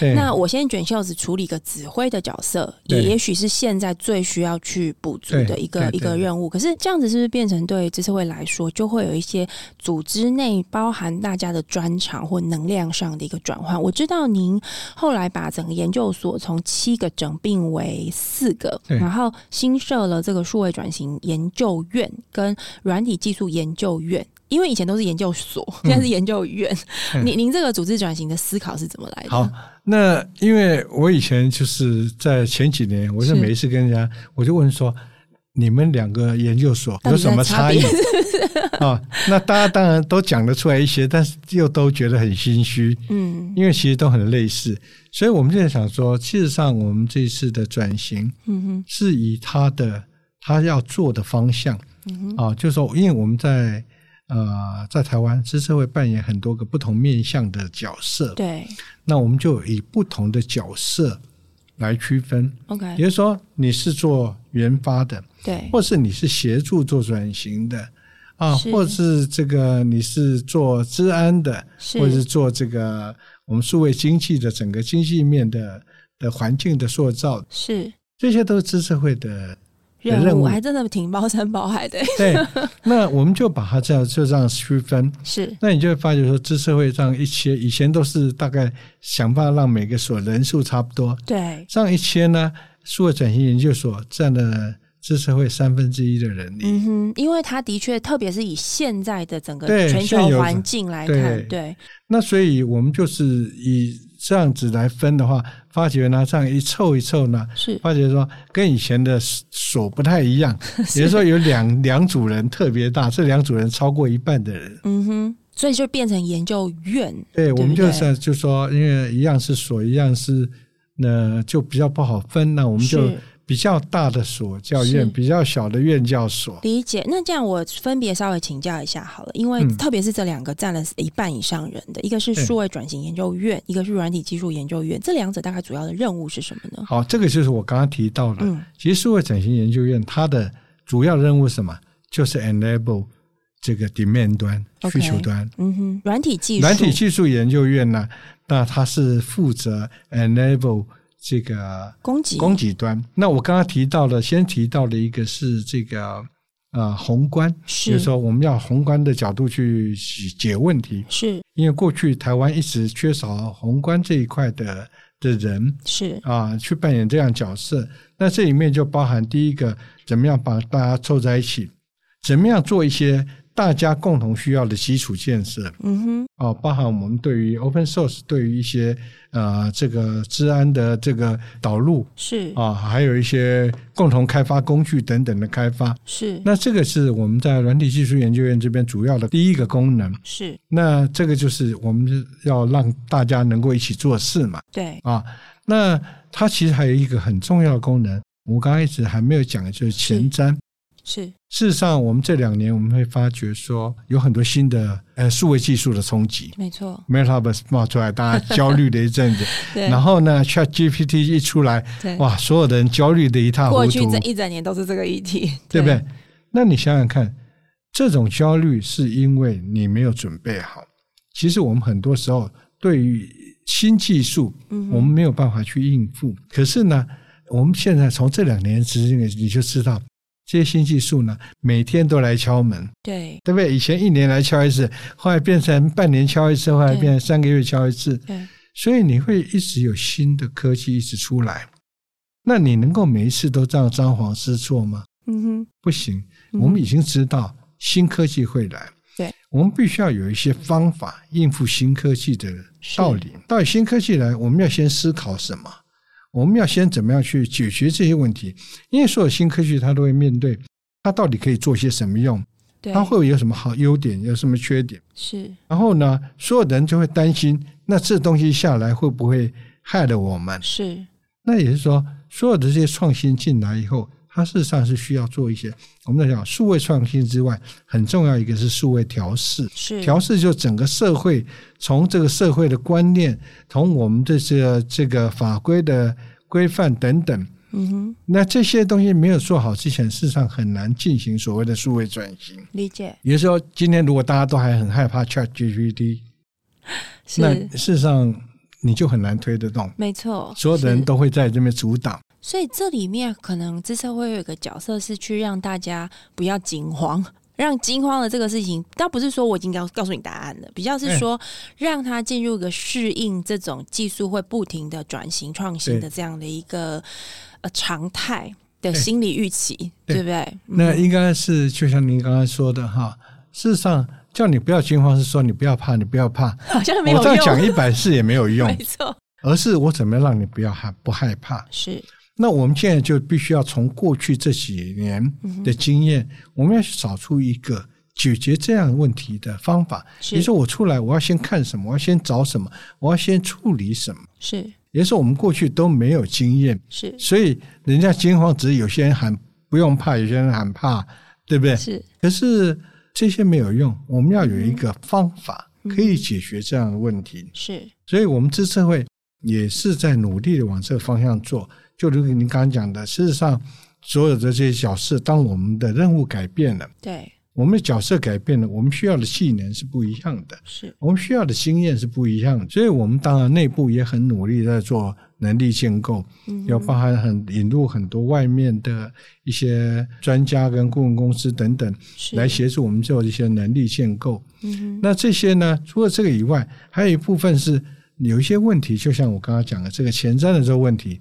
S3: 哎
S2: 那我先卷袖子处理一个指挥的角色，
S3: 对
S2: 也也许是现在最需要去补足的
S3: 对
S2: 一
S3: 对
S2: 个
S3: 对
S2: 一个任务。可是这样子是不是变成对这社会来说，就会有一些组织内包含大家的专长或能量上的一个转换？我知道您后来把整个研究所从七个整并为四个，
S3: 对
S2: 然后新设了这个数位转型研究院跟软体技术研究院。因为以前都是研究所，
S3: 嗯
S2: 现在是研究院。您您这个组织转型的思考是怎么来的？
S3: 好，那因为我以前就是在前几年，我
S2: 是
S3: 是每一次跟人家，我就问说，你们两个研究所
S2: 到
S3: 有
S2: 底在
S3: 什么差
S2: <laughs>
S3: 异
S2: 别？
S3: 啊？那大家当然都讲得出来一些，但是又都觉得很心虚，
S2: 嗯
S3: 因为其实都很类似，所以我们就在想说，事实上我们这一次的转型
S2: 嗯哼
S3: 是以他的他要做的方向
S2: 嗯哼
S3: 啊，就是说，因为我们在呃在台湾，知识会扮演很多个不同面向的角色，
S2: 对
S3: 那我们就以不同的角色来区分，也
S2: ，OK，
S3: 就是说你是做研发的，
S2: 对
S3: 或是你是协助做转型的啊，
S2: 是
S3: 或是这个你是做治安的，
S2: 是
S3: 或者是做这个我们数位经济的整个经济面的的环境的塑造，
S2: 是
S3: 这些都是知识
S2: <laughs>
S3: 会的。任
S2: 任务，
S3: 务
S2: 还真的挺包山包海的，
S3: 对，那我们就把它这样就这样区分，
S2: 是
S3: 那你就会发觉说，知识会上一些以前都是大概想办法让每个所人数差不多，
S2: 对，
S3: 上一千呢，数位转型研究所占了知识会三分之一的人力。
S2: 嗯哼，因为他的确，特别是以现在的整个
S3: 对
S2: 全
S3: 现有
S2: 球
S3: 的
S2: 环境来
S3: 对
S2: 看，对
S3: 那所以我们就是以这样子来分的话，发觉呢，这样一凑一凑呢，
S2: 是
S3: 发觉说跟以前的所不太一
S2: <laughs>
S3: 样，也就是说啊有两两组人特别大，这两组人超过一半的
S2: <laughs>
S3: 人。
S2: 嗯哼，所以就变成研究院，
S3: 对，我
S2: 对
S3: 们
S2: 不对
S3: 就是就说，因为一样是所，一样是那就比较不好分，那我们就是比较大的所教院，
S2: 是
S3: 比较小的院教所。
S2: 理解。那这样我分别稍微请教一下好了，因为
S3: 嗯
S2: 特别是这两个占了一半以上人的，一个是
S3: 对
S2: 数位转型研究院，一个是软体技术研究院，这两者大概主要的任务是什么呢？
S3: 好，这个就是我刚刚提到的，
S2: 嗯，
S3: 其实数位转型研究院它的主要任务是什么？就是 enable 这个 demand 端
S2: OK
S3: 需求端。
S2: 嗯哼，软体技术，
S3: 软体技术研究院呢，那它是负责 enable 这个
S2: 供给，
S3: 供给端。那我刚刚提到的，先提到的一个是这个呃宏观，就
S2: 是
S3: 是说我们要宏观的角度去解解问题，
S2: 是
S3: 因为过去台湾一直缺少宏观这一块的的人，
S2: 是
S3: 啊，去扮演这样角色。那这里面就包含第一个，怎么样把大家凑在一起，怎么样做一些大家共同需要的基础建设
S2: 嗯哼，
S3: 啊，包含我们对于 open source 对于一些呃这个治安的这个导入
S2: 是
S3: 啊，还有一些共同开发工具等等的开发。
S2: 是
S3: 那这个是我们在软体技术研究院这边主要的第一个功能。
S2: 是，
S3: 那这个就是我们要让大家能够一起做事嘛。
S2: 对，
S3: 啊。那它其实还有一个很重要的功能，我刚开始还没有讲，就是前瞻。
S2: 是
S3: 事实上，我们这两年我们会发觉说，有很多新的呃数位技术的冲击
S2: 没错，
S3: ，MetaVerse 冒出来，大家焦虑了一阵子。
S2: <laughs> 对
S3: 然后呢，ChatGPT 一出来，
S2: 对。
S3: 哇，所有的人焦虑的一塌糊
S2: 过
S3: 涂，
S2: 去这一整年都是这个议题，
S3: <laughs> 对不对？那你想想看，这种焦虑是因为你没有准备好。其实我们很多时候对于新技术，
S2: 嗯哼
S3: 我们没有办法去应付。可是呢，我们现在从这两年之间，你就知道这些新技术呢，每天都来敲门，
S2: 对
S3: 对不对？以前一年来敲一次，后来变成半年敲一次，后来变成三个月敲一次，
S2: 对，
S3: 所以你会一直有新的科技一直出来。那你能够每一次都这样张皇失措吗？
S2: 嗯哼，
S3: 不行，
S2: 嗯
S3: 我们已经知道新科技会来，
S2: 对，
S3: 我们必须要有一些方法应付新科技的道理。到底新科技来，我们要先思考什么？我们要先怎么样去解决这些问题？因为所有新科技它都会面对，它到底可以做些什么用？
S2: 对，
S3: 它会有什么好优点？有什么缺点？
S2: 是
S3: 然后呢，所有人就会担心，那这东西下来会不会害了我们？
S2: 是
S3: 那也是说，所有的这些创新进来以后，它事实上是需要做一些我们在讲数位创新之外，很重要一个是数位调试。
S2: 是
S3: 调试就整个社会，从这个社会的观念，从我们这些这个法规的规范等等，
S2: 嗯哼，
S3: 那这些东西没有做好之前，事实上很难进行所谓的数位转型。
S2: 理解
S3: 也就是说，今天如果大家都还很害怕 ChatGPT，那
S2: 是
S3: 事实上你就很难推得动，
S2: 没错，
S3: 所有的
S2: 是
S3: 人都会在这边阻挡。
S2: 所以这里面可能这社会有一个角色是去让大家不要惊慌，让惊慌的这个事情，倒不是说我已经告告诉你答案了，比较
S3: 哎
S2: 是说让他进入一个适应这种技术会不停的转型创新的这样的一个呃常态的
S3: 对
S2: 心理预期，
S3: 哎对
S2: 对不对？
S3: 那
S2: 嗯
S3: 应该是就像您刚刚说的哈，事实上叫你不要惊慌，是说你不要怕，你不要怕。
S2: 好像没有
S3: 我这样讲
S2: 用，
S3: 一百次也没
S2: <laughs>
S3: 有用
S2: 没，错，
S3: 而是我怎么样让你不要害不害怕。
S2: 是
S3: 那我们现在就必须要从过去这几年的经
S2: 嗯
S3: 验，我们要去找出一个解决这样问题的方法。
S2: 是
S3: 你说我出来，我要先看什么？我要先找什么？我要先处理什么？
S2: 是
S3: 也是我们过去都没有经验，
S2: 是
S3: 所以人家惊慌，只是有些人喊不用怕，有些人喊怕，对不对？
S2: 是
S3: 可是这些没有用，我们要有一个方法可以解决这样的问题。
S2: 是
S3: 所以，我们资策会也是在努力的往这个方向做。就如您刚刚讲的，事实上，所有的这些小事，当我们的任务改变了，
S2: 对
S3: 我们的角色改变了，我们需要的技能是不一样的。
S2: 是
S3: 我们需要的经验是不一样的，所以我们当然内部也很努力在做能力建构，要包含很引入很多外面的一些专家跟顾问公司等等
S2: 是
S3: 来协助我们做一些能力建构。
S2: 嗯
S3: 那这些呢，除了这个以外，还有一部分是有一些问题，就像我刚刚讲的这个前瞻的这个问题，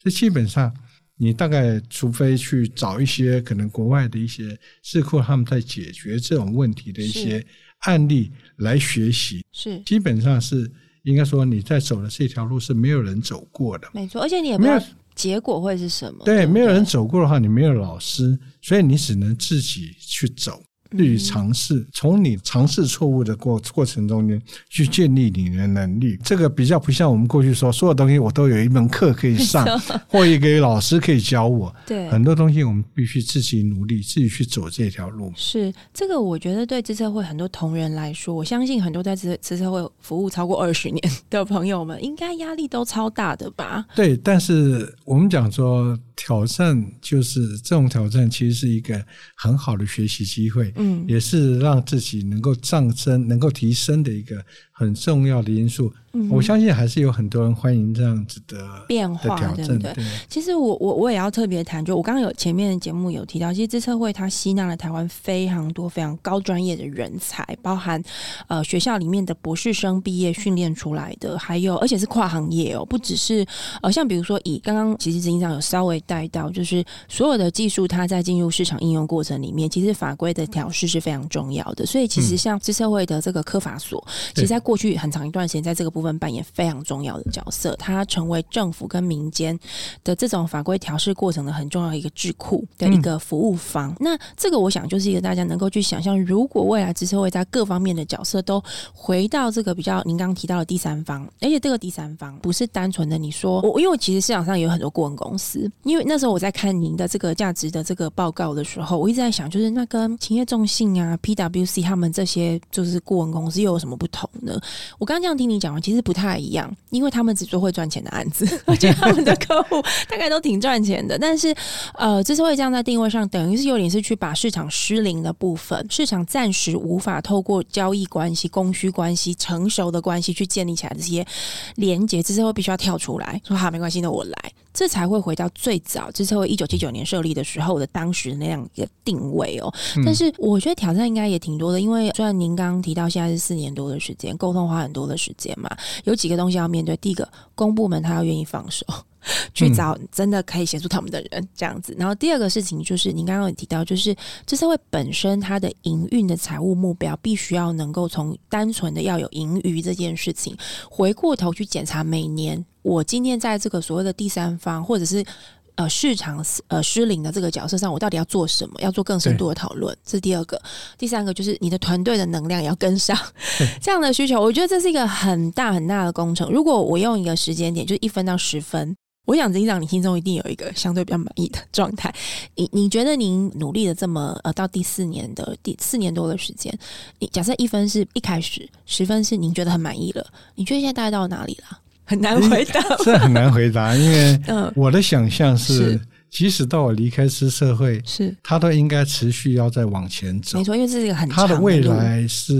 S3: 这基本上你大概除非去找一些可能国外的一些智库他们在解决这种问题的一些案例来学习，
S2: 是
S3: 基本上是应该说你在走的这条路是没有人走过的。
S2: 没错，而且你也不
S3: 没
S2: 知
S3: 有
S2: 道结果会是什么，
S3: 对，
S2: 不
S3: 没有人走过的话，你没有老师，所以你只能自己去走，自
S2: 嗯
S3: 己尝试。从你尝试错误的过过程中间，去建立你的能力。这个比较不像我们过去说，所有东西我都有一门课可以上，或一个老师可以教我。
S2: 对，
S3: 很多东西我们必须自己努力，自己去走这条路。
S2: 是这个，我觉得对资策会很多同仁来说，我相信很多在资资策会服务超过二十年的朋友们，应该压力都超大的吧？
S3: 对，但是我们讲说挑战，就是这种挑战其实是一个很好的学习机会，
S2: 嗯
S3: 也是让自己能够上升、能够提升的一个很重要的因素。
S2: 嗯
S3: 我相信还是有很多人欢迎这样子的
S2: 变
S3: 的
S2: 化
S3: 挑
S2: 对
S3: 战，
S2: 不对？其实我我我也要特别谈，就我刚刚有前面的节目有提到，其实资策会它吸纳了台湾非常多非常高专业的人才，包含呃学校里面的博士生毕业训练出来的，还有而且是跨行业哦，不只是呃像比如说以刚刚其实执行长有稍微带到，就是所有的技术它在进入市场应用过程里面，其实法规的调试是非常重要的，所以其实像资策会的这个科法所，其
S3: 对
S2: 实在过去很长一段时间，在这个部分扮演非常重要的角色，它成为政府跟民间的这种法规调试过程的很重要的一个智库的一个服务方。那这个我想就是一个大家能够去想象，如果未来资策会在各方面的角色都回到这个比较您刚刚提到的第三方，而且这个第三方不是单纯的你说我，因为我其实市场上也有很多顾问公司，因为那时候我在看您的这个价值的这个报告的时候，我一直在想，就是那跟勤业众信啊、PWC 他们这些就是顾问公司又有什么不同呢？我刚刚这样听你讲完，其实不太一样，因为他们只做会赚钱的案子，我觉得他们的客户 <laughs> 大概都挺赚钱的。但是，呃，之所以这样在定位上，等于是有点是去把市场失灵的部分，市场暂时无法透过交易关系、供需关系、成熟的关系去建立起来的这些连接，之后必须要跳出来说好，没关系，那我来，这才会回到最早之后一九七九年设立的时候的当时那样一个定位哦。但是我觉得挑战应该也挺多的，因为虽然您刚刚提到现在是四年多的时间，沟通花很多的时间嘛，有几个东西要面对。第一个，公部门他要愿意放手。去找真的可以协助他们的人，这样子。然后第二个事情就是，您刚刚有提到，就是这社会本身它的营运的财务目标，必须要能够从单纯的要有盈余这件事情，回过头去检查每年我今天在这个所谓的第三方或者是。呃，市场呃失灵的这个角色上，我到底要做什么？要做更深度的讨论，这是第二个。第三个就是你的团队的能量也要跟上这样的需求。我觉得这是一个很大很大的工程。如果我用一个时间点，就是一分到十分，我想执行长，你心中一定有一个相对比较满意的状态。你你觉得您努力的这么呃，到第四年的第四年多的时间，你假设一分是一开始，十分是您觉得很满意了，你觉得现在大概到哪里了？很难回答。
S3: 这很难回
S2: <laughs>
S3: 答，因为
S2: 嗯，
S3: 我的想象是
S2: 是，
S3: 即使到我离开私社会，
S2: 是
S3: 它都应该持续要再往前走
S2: 没。错，因为这是一个很
S3: 它
S2: 长
S3: 的未
S2: 路
S3: 来是，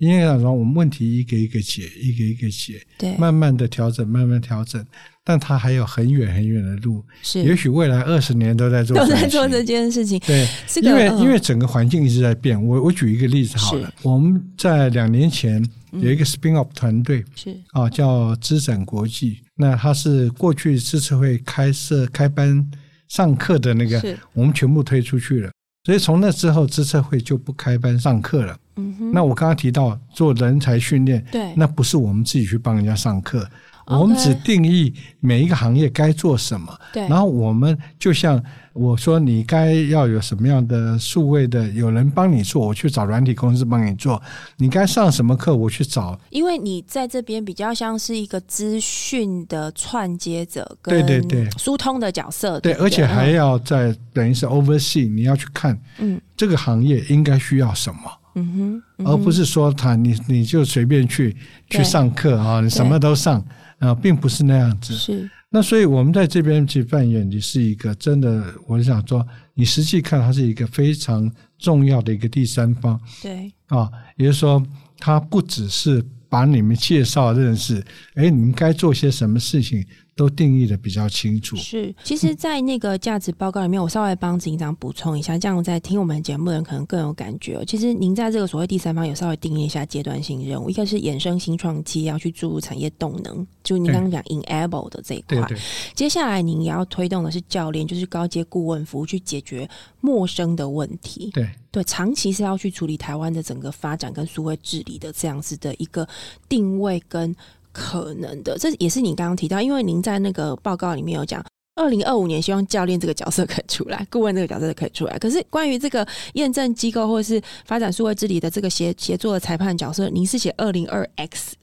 S3: 应该讲说，我们问题一个一个解，一个一个解。
S2: 对，
S3: 慢慢的调整，慢慢调整，但它还有很远很远的路，也
S2: 是
S3: 许未来二十年都在做
S2: 都
S3: 转
S2: 在
S3: 型，
S2: 做这件事情。
S3: 对，
S2: 这个
S3: 因为、
S2: 嗯
S3: 因为整个环境一直在变。我我举一个例子好了，我们在两年前
S2: 嗯
S3: 有一个 spin off 团队、
S2: 是
S3: 啊，叫资展国际，那它是过去知识会开设开班上课的那个
S2: 是，
S3: 我们全部推出去了。所以从那之后，资策会就不开班上课了。
S2: 嗯哼，
S3: 那我刚刚提到做人才训练，
S2: 对，哦
S3: 那不是我们自己去帮人家上课，
S2: OK
S3: 我们只定义每一个行业该做什么，
S2: 对，
S3: 然后我们就像我说，你该要有什么样的数位的，有人帮你做，我去找软体公司帮你做；你该上什么课，我去找。
S2: 因为你在这边比较像是一个资讯的串接者，
S3: 对对对
S2: 疏通的角色，
S3: 对，
S2: 不
S3: 而且还要在等于是 oversee，你要去看
S2: 嗯
S3: 这个行业应该需要什么。
S2: 嗯哼，嗯
S3: 而不是说他你你就随便去
S2: 对
S3: 去上课啊，你什么都上啊，并不是那样子。
S2: 是
S3: 那所以我们在这边去扮演，你是一个真的，我想说，你实际看它是一个非常重要的一个第三方
S2: 对
S3: 啊，也就是说，它不只是把你们介绍认识，哎，你们该做些什么事情都定义的比较清楚。
S2: 是。其实，在那个价值报告里面，我稍微帮警长补充一下，这样在听我们节目的人可能更有感觉哦。其实，您在这个所谓第三方有稍微定义一下阶段性任务，一个是衍生新创期要去注入产业动能，就您刚刚讲 enable 的这一块
S3: 对。对，
S2: 接下来您也要推动的是教练，就是高阶顾问服务，去解决陌生的问题。
S3: 对
S2: 对，长期是要去处理台湾的整个发展跟数位治理的这样子的一个定位跟可能的，这也是你刚刚提到，因为您在那个报告里面有讲。二零二五年，希望教练这个角色可以出来，顾问这个角色可以出来。可是关于这个验证机构或是发展数位治理的这个协协作的裁判角色，您是写二零二 X，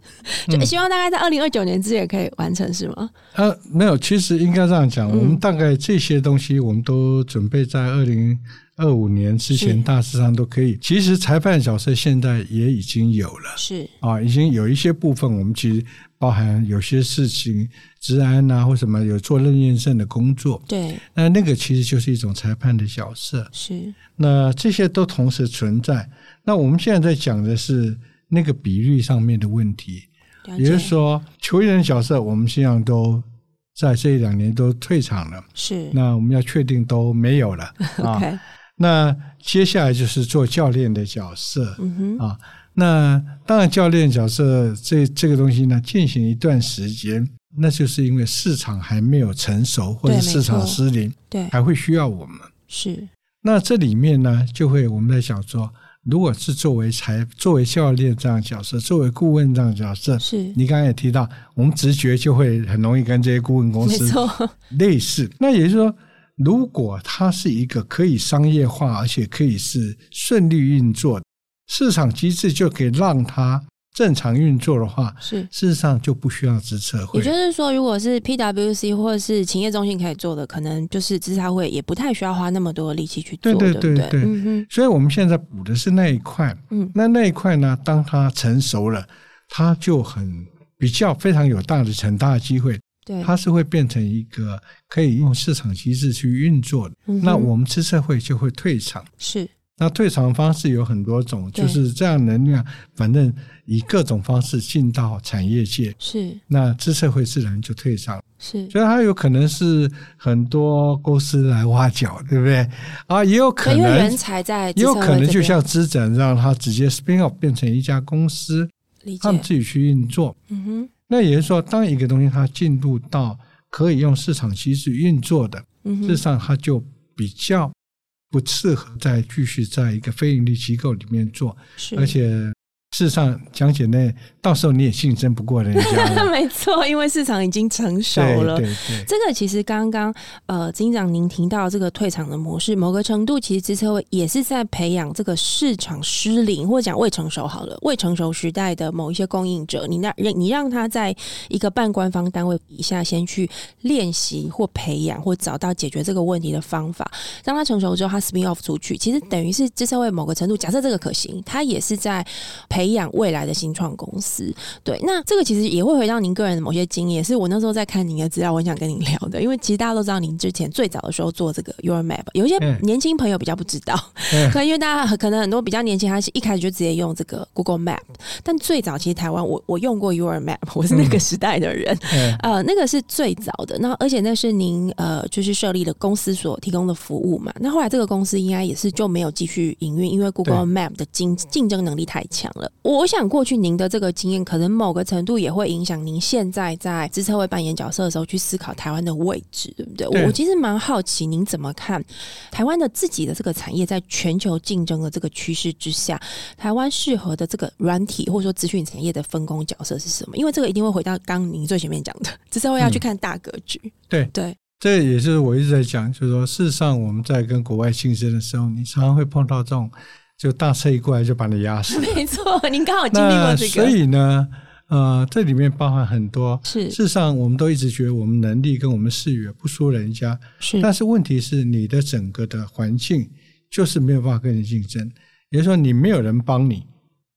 S2: 就
S3: 嗯
S2: 希望大概在二零二九年之前可以完成，是吗？
S3: 呃，没有，其实应该这样讲，
S2: 嗯
S3: 我们大概这些东西，我们都准备在二零二五年之前，
S2: 是
S3: 大致上都可以。其实裁判角色现在也已经有了
S2: 是，
S3: 啊，已经有一些部分，我们其实包含有些事情，治安啊或什么有做认验证的工作，
S2: 对，
S3: 那那个其实就是一种裁判的角色。
S2: 是，
S3: 那这些都同时存在。那我们现在在讲的是那个比率上面的问题。
S2: 了
S3: 也就是
S2: 解，
S3: 说，球员角色我们实际上都在这一两年都退场了，
S2: 是
S3: 那我们要确定都没有
S2: <laughs>
S3: 了啊。
S2: ，OK，
S3: 那接下来就是做教练的角色
S2: 嗯哼，
S3: 啊。那当然，教练角色这这个东西呢，进行一段时间，那就是因为市场还没有成熟，或
S2: 对
S3: 者
S2: 没
S3: 市场
S2: 错
S3: 失灵，
S2: 对，
S3: 还会需要我们。
S2: 是，
S3: 那这里面呢，就会我们在想说，如果是作为裁、作为教练这样的角色，作为顾问这样的角色，
S2: 是，
S3: 你刚才也提到，我们直觉就会很容易跟这些顾问公
S2: 没
S3: 司
S2: 错，
S3: 类似。那也就是说，如果它是一个可以商业化，而且可以是顺利运作的市场机制，就可以让它正常运作的话，
S2: 是。
S3: 事实上就不需要职测会
S2: 也。就是说，如果是 PWC 或者是企业中心可以做的，可能就是资产会也不太需要花那么多的力气去做，
S3: 对
S2: 不
S3: 对
S2: 对？
S3: 对对
S2: 嗯哼，
S3: 所以我们现在补的是那一块。
S2: 嗯
S3: 那那一块呢，当它成熟了，它就很比较非常有大的很大的机会，
S2: 对。
S3: 它是会变成一个可以用市场机制去运作的。
S2: 嗯哼
S3: 那我们资社会就会退场。
S2: 是
S3: 那退场方式有很多种，
S2: 对
S3: 就是这样能量，反正以各种方式进到产业界，
S2: 是
S3: 那资社会自然就退场。
S2: 是，
S3: 所以它有可能是很多公司来挖角，对不对？啊，也有可
S2: 因为
S3: 能
S2: 人，才在
S3: 也
S2: 资
S3: 有
S2: 策
S3: 可
S2: 会
S3: 能
S2: 这
S3: 就
S2: 边
S3: 像资展，让它直接 spin off 变成一家公司，
S2: 理
S3: 他们
S2: 解，
S3: 自己去运作。
S2: 嗯哼，
S3: 那也就是说，当一个东西它进入到可以用市场机制运作的，
S2: 嗯
S3: 事实
S2: 哼，
S3: 上它就比较不适合再继续在一个非盈利机构里面做，
S2: 是，
S3: 而且事实上讲解那到时候你也竞争不过人家
S2: <laughs> <laughs>
S3: 了。
S2: 没错，因为市场已经成熟
S3: 对
S2: 了
S3: 对。对，
S2: 这个其实刚刚呃，警长您提到这个退场的模式，某个程度其实资策会也是在培养这个市场失灵，或者讲未成熟好了，未成熟时代的某一些供应者，你让让你让他在一个半官方单位以下先去练习或培养或找到解决这个问题的方法，当他成熟之后，他 spin off 出去，其实等于是资策会某个程度，假设这个可行，他也是在培养未来的新创公司。对，那这个其实也会回到您个人的某些经验，是我那时候在看您的资料，我很想跟您聊的，因为其实大家都知道您之前最早的时候做这个 Your Map，有一些
S3: 嗯
S2: 年轻朋友比较不知道，<laughs>
S3: 嗯
S2: 可能因为大家可能很多比较年轻，他是一开始就直接用这个 Google Map，但最早其实台湾我我用过 Your Map，我是那个时代的人，
S3: 嗯
S2: 呃，那个是最早的，那而且那是您呃，就是设立了公司所提供的服务嘛。那后来这个公司应该也是就没有继续营运，因为 Google
S3: 对
S2: Map 的竞竞争能力太强了。我我想过去您的这个经验，可能某个程度也会影响您现在在资策会扮演角色的时候去思考台湾的位置，对不对？
S3: 对
S2: 我我其实蛮好奇您怎么看台湾的自己的这个产业在全球竞争的这个趋势之下，台湾适合的这个软体或者说资讯产业的分工角色是什么？因为这个一定会回到刚您最前面讲的，资策会要去看大格局。
S3: 对
S2: 对，
S3: 这也是我一直在讲，就是说，事实上我们在跟国外竞争的时候，你常常会碰到这种，就大车一过来就把你压死。
S2: 没错，您刚好经历过
S3: 那
S2: 这
S3: 所
S2: 个，
S3: 以呢，呃，这里面包含很多。
S2: 是
S3: 事实上，我们都一直觉得我们能力跟我们视野不输人家，
S2: 是
S3: 但是问题是你的整个的环境就是没有办法跟你竞争，也就是说你没有人帮你，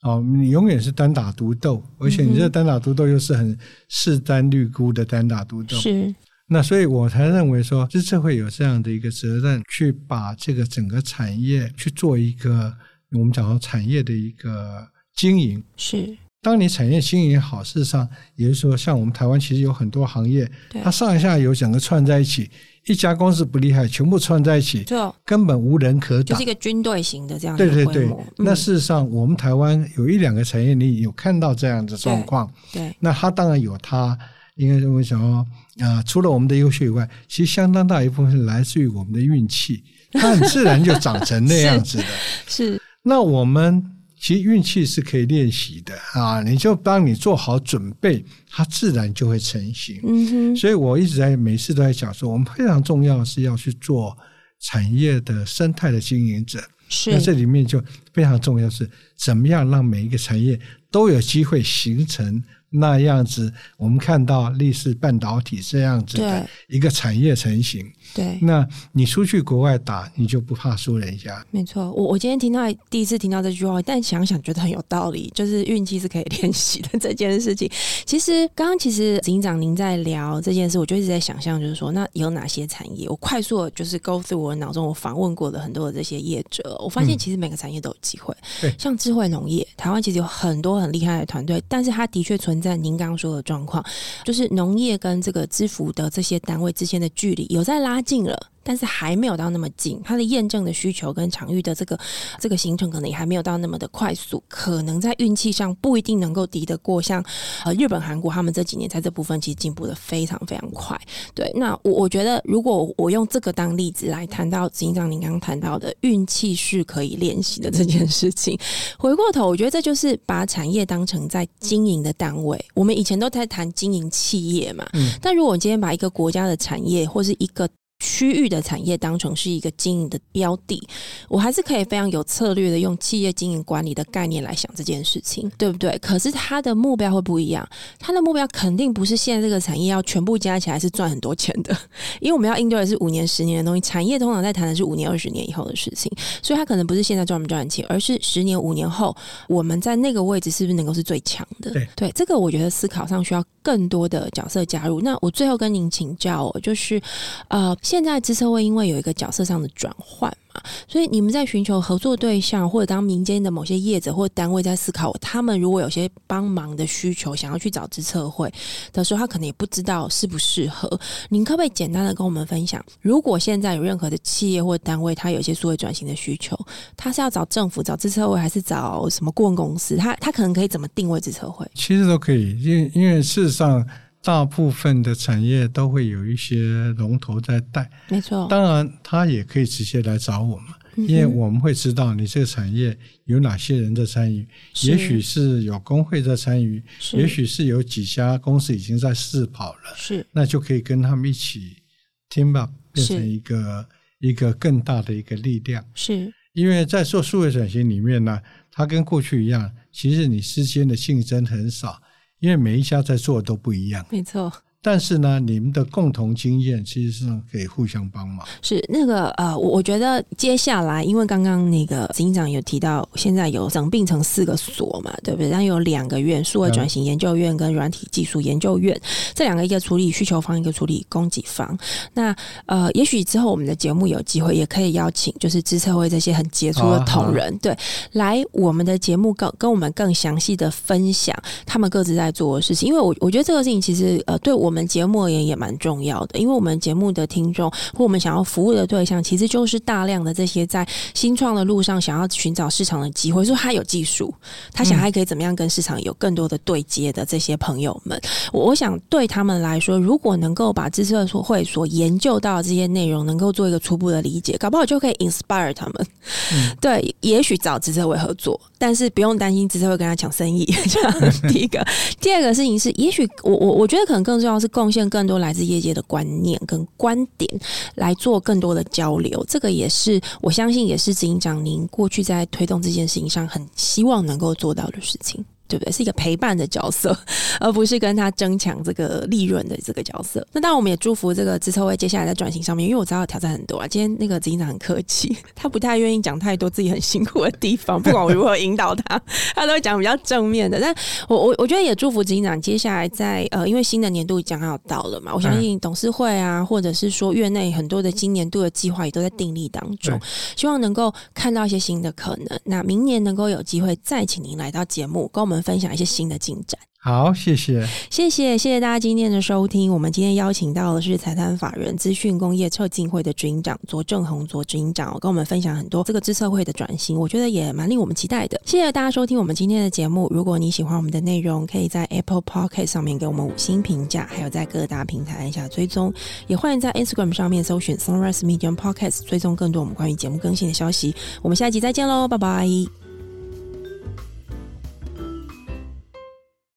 S3: 哦，你永远是单打独斗，而且你这单打独斗又是很势单力孤的单打独斗。
S2: 是
S3: 那所以我才认为说，这社会有这样的一个责任，去把这个整个产业去做一个我们讲说产业的一个经营。
S2: 是，
S3: 当你产业经营好，事实上也就是说，像我们台湾其实有很多行业，
S2: 对
S3: 它上下游整个串在一起，一家公司不厉害，全部串在一起，
S2: 就
S3: 根本无人可
S2: 就
S3: 挡
S2: 是一。个军队型的这样的
S3: 对对
S2: 规
S3: 对
S2: 模，，
S3: 那
S2: 嗯
S3: 事实上我们台湾有一两个产业里有看到这样的状况，
S2: 对
S3: 那它当然有它，因为我想要啊、呃除了我们的优秀以外，其实相当大一部分是来自于我们的
S2: <laughs>
S3: 运气，它很自然就长成那样子的。
S2: 是
S3: 那我们其实运气是可以练习的啊，你就当你做好准备，它自然就会成型。
S2: 嗯哼
S3: 所以我一直在每次都在讲说，我们非常重要是要去做产业的生态的经营者。那这
S2: 是
S3: 里面就非常重要是怎么样让每一个产业都有机会形成那样子，我们看到类似半导体这样子的一个产业成型。
S2: 对。
S3: 那你出去国外打，你就不怕输人家。
S2: 没错，我我今天听到第一次听到这句话，但想想觉得很有道理，就是运气是可以 <laughs> 练习的这件事情。其实刚刚其实警长您在聊这件事，我就一直在想象，就是说那有哪些产业？我快速地就是 go through 我脑中我访问过的很多的这些业者，我发现
S3: 嗯
S2: 其实每个产业都有机会。
S3: 对
S2: 像智慧农业，台湾其实有很多很厉害的团队，但是它的确存在您刚刚说的状况，就是农业跟这个支付的这些单位之间的距离有在拉近了。但是还没有到那么近，它的验证的需求跟场域的这个这个行程可能也还没有到那么的快速，可能在运气上不一定能够敌得过像呃日本、韩国他们这几年在这部分其实进步的非常非常快。对，那我我觉得如果我用这个当例子来谈到警长您刚刚谈到的运气是可以练习的这件事情，回过头我觉得这就是把产业当成在经营的单位，我们以前都在谈经营企业嘛，
S3: 嗯
S2: 但如果我今天把一个国家的产业或是一个区域的产业当成是一个经营的标的，我还是可以非常有策略的用企业经营管理的概念来想这件事情，对不对？可是它的目标会不一样，它的目标肯定不是现在这个产业要全部加起来是赚很多钱的，因为我们要应对的是五年、十年的东西。产业通常在谈的是五年、二十年以后的事情，所以它可能不是现在赚不赚钱，而是十年、五年后我们在那个位置是不是能够是最强的？
S3: 对
S2: 这个我觉得思考上需要更多的角色加入。那我最后跟您请教哦，就是呃，现在资策会因为有一个角色上的转换嘛，所以你们在寻求合作对象，或者当民间的某些业者或单位在思考他们如果有些帮忙的需求，想要去找资策会的时候，他可能也不知道适不适合。您可不可以简单的跟我们分享，如果现在有任何的企业或单位，它有一些数位转型的需求，他是要找政府、找自测会，还是找什么顾问公司？他他可能可以怎么定位自测会？
S3: 其实都可以，因为因为事实上大部分的产业都会有一些龙头在带，
S2: 没错，嗯
S3: 当然他也可以直接来找我们。因为我们会知道你这个产业有哪些人在参与，
S2: 是
S3: 也许是有工会在参与，
S2: 是
S3: 也许是有几家公司已经在试跑了，
S2: 是
S3: 那就可以跟他们一起 team up，变
S2: 是
S3: 成一个一个更大的一个力量。
S2: 是
S3: 因为在做数位转型里面呢，它跟过去一样，其实你之间的竞争很少，因为每一家在做都不一样。
S2: 没错，
S3: 但是呢，你们的共同经验其实上可以互相帮忙。
S2: 是那个呃，我我觉得接下来，因为刚刚那个警长有提到，现在有整并成四个所嘛，对不对？然后有两个院，数位转型研究院跟软体技术研究院，这两个一个处理需求方，一个处理供给方。那呃，也许之后我们的节目有机会也可以邀请，就是知策会这些很杰出
S3: 好
S2: 的
S3: 啊好
S2: 同
S3: 啊
S2: 仁，对，来我们的节目更跟我们更详细的分享他们各自在做的事情。因为我我觉得这个事情其实呃，对我我们节目而言也蛮重要的，因为我们节目的听众或我们想要服务的对象，其实就是大量的这些在新创的路上想要寻找市场的机会，说他有技术，他想还可以怎么样跟市场有更多的对接的这些朋友们，我我想对他们来说，如果能够把知识会所研究到的这些内容能够做一个初步的理解，搞不好就可以 inspire 他们。 <laughs> 对，也许找资策会合作，但是不用担心资策会跟他抢生意。 <laughs> 这样第一个，第二个事情是，也许我我我觉得可能更重要是贡献更多来自业界的观念跟观点，来做更多的交流。这个也是我相信，也是执行长您过去在推动这件事情上很希望能够做到的事情。对不对？是一个陪伴的角色，而不是跟他争抢这个利润的这个角色。那当然，我们也祝福这个资策会接下来在转型上面，因为我知道挑战很多啊。今天那个执行长很客气， <laughs> 他不太愿意讲太多自己很辛苦的地方，不管我如何引导他，他都会讲比较正面的。但我我我觉得也祝福执行长接下来在呃，因为新的年度将要到了嘛，我相信董事会啊，或者是说院内很多的今年度的计划也都在订立当中
S3: 对，
S2: 希望能够看到一些新的可能。那明年能够有机会再请您来到节目，跟我们分享一些新的进展。
S3: 好，谢谢，
S2: 谢谢，谢谢大家今天的收听。我们今天邀请到的是财团法人资讯工业促进会的执行长卓正宏卓执行长哦，跟我们分享很多这个资策会的转型，我觉得也蛮令我们期待的。谢谢大家收听我们今天的节目。如果你喜欢我们的内容，可以在 Apple p o c k e t 上面给我们五星评价，还有在各大平台按下追踪，也欢迎在 Instagram 上面搜寻 Sunrise Medium Podcast，追踪更多我们关于节目更新的消息。我们下一集再见喽，拜拜。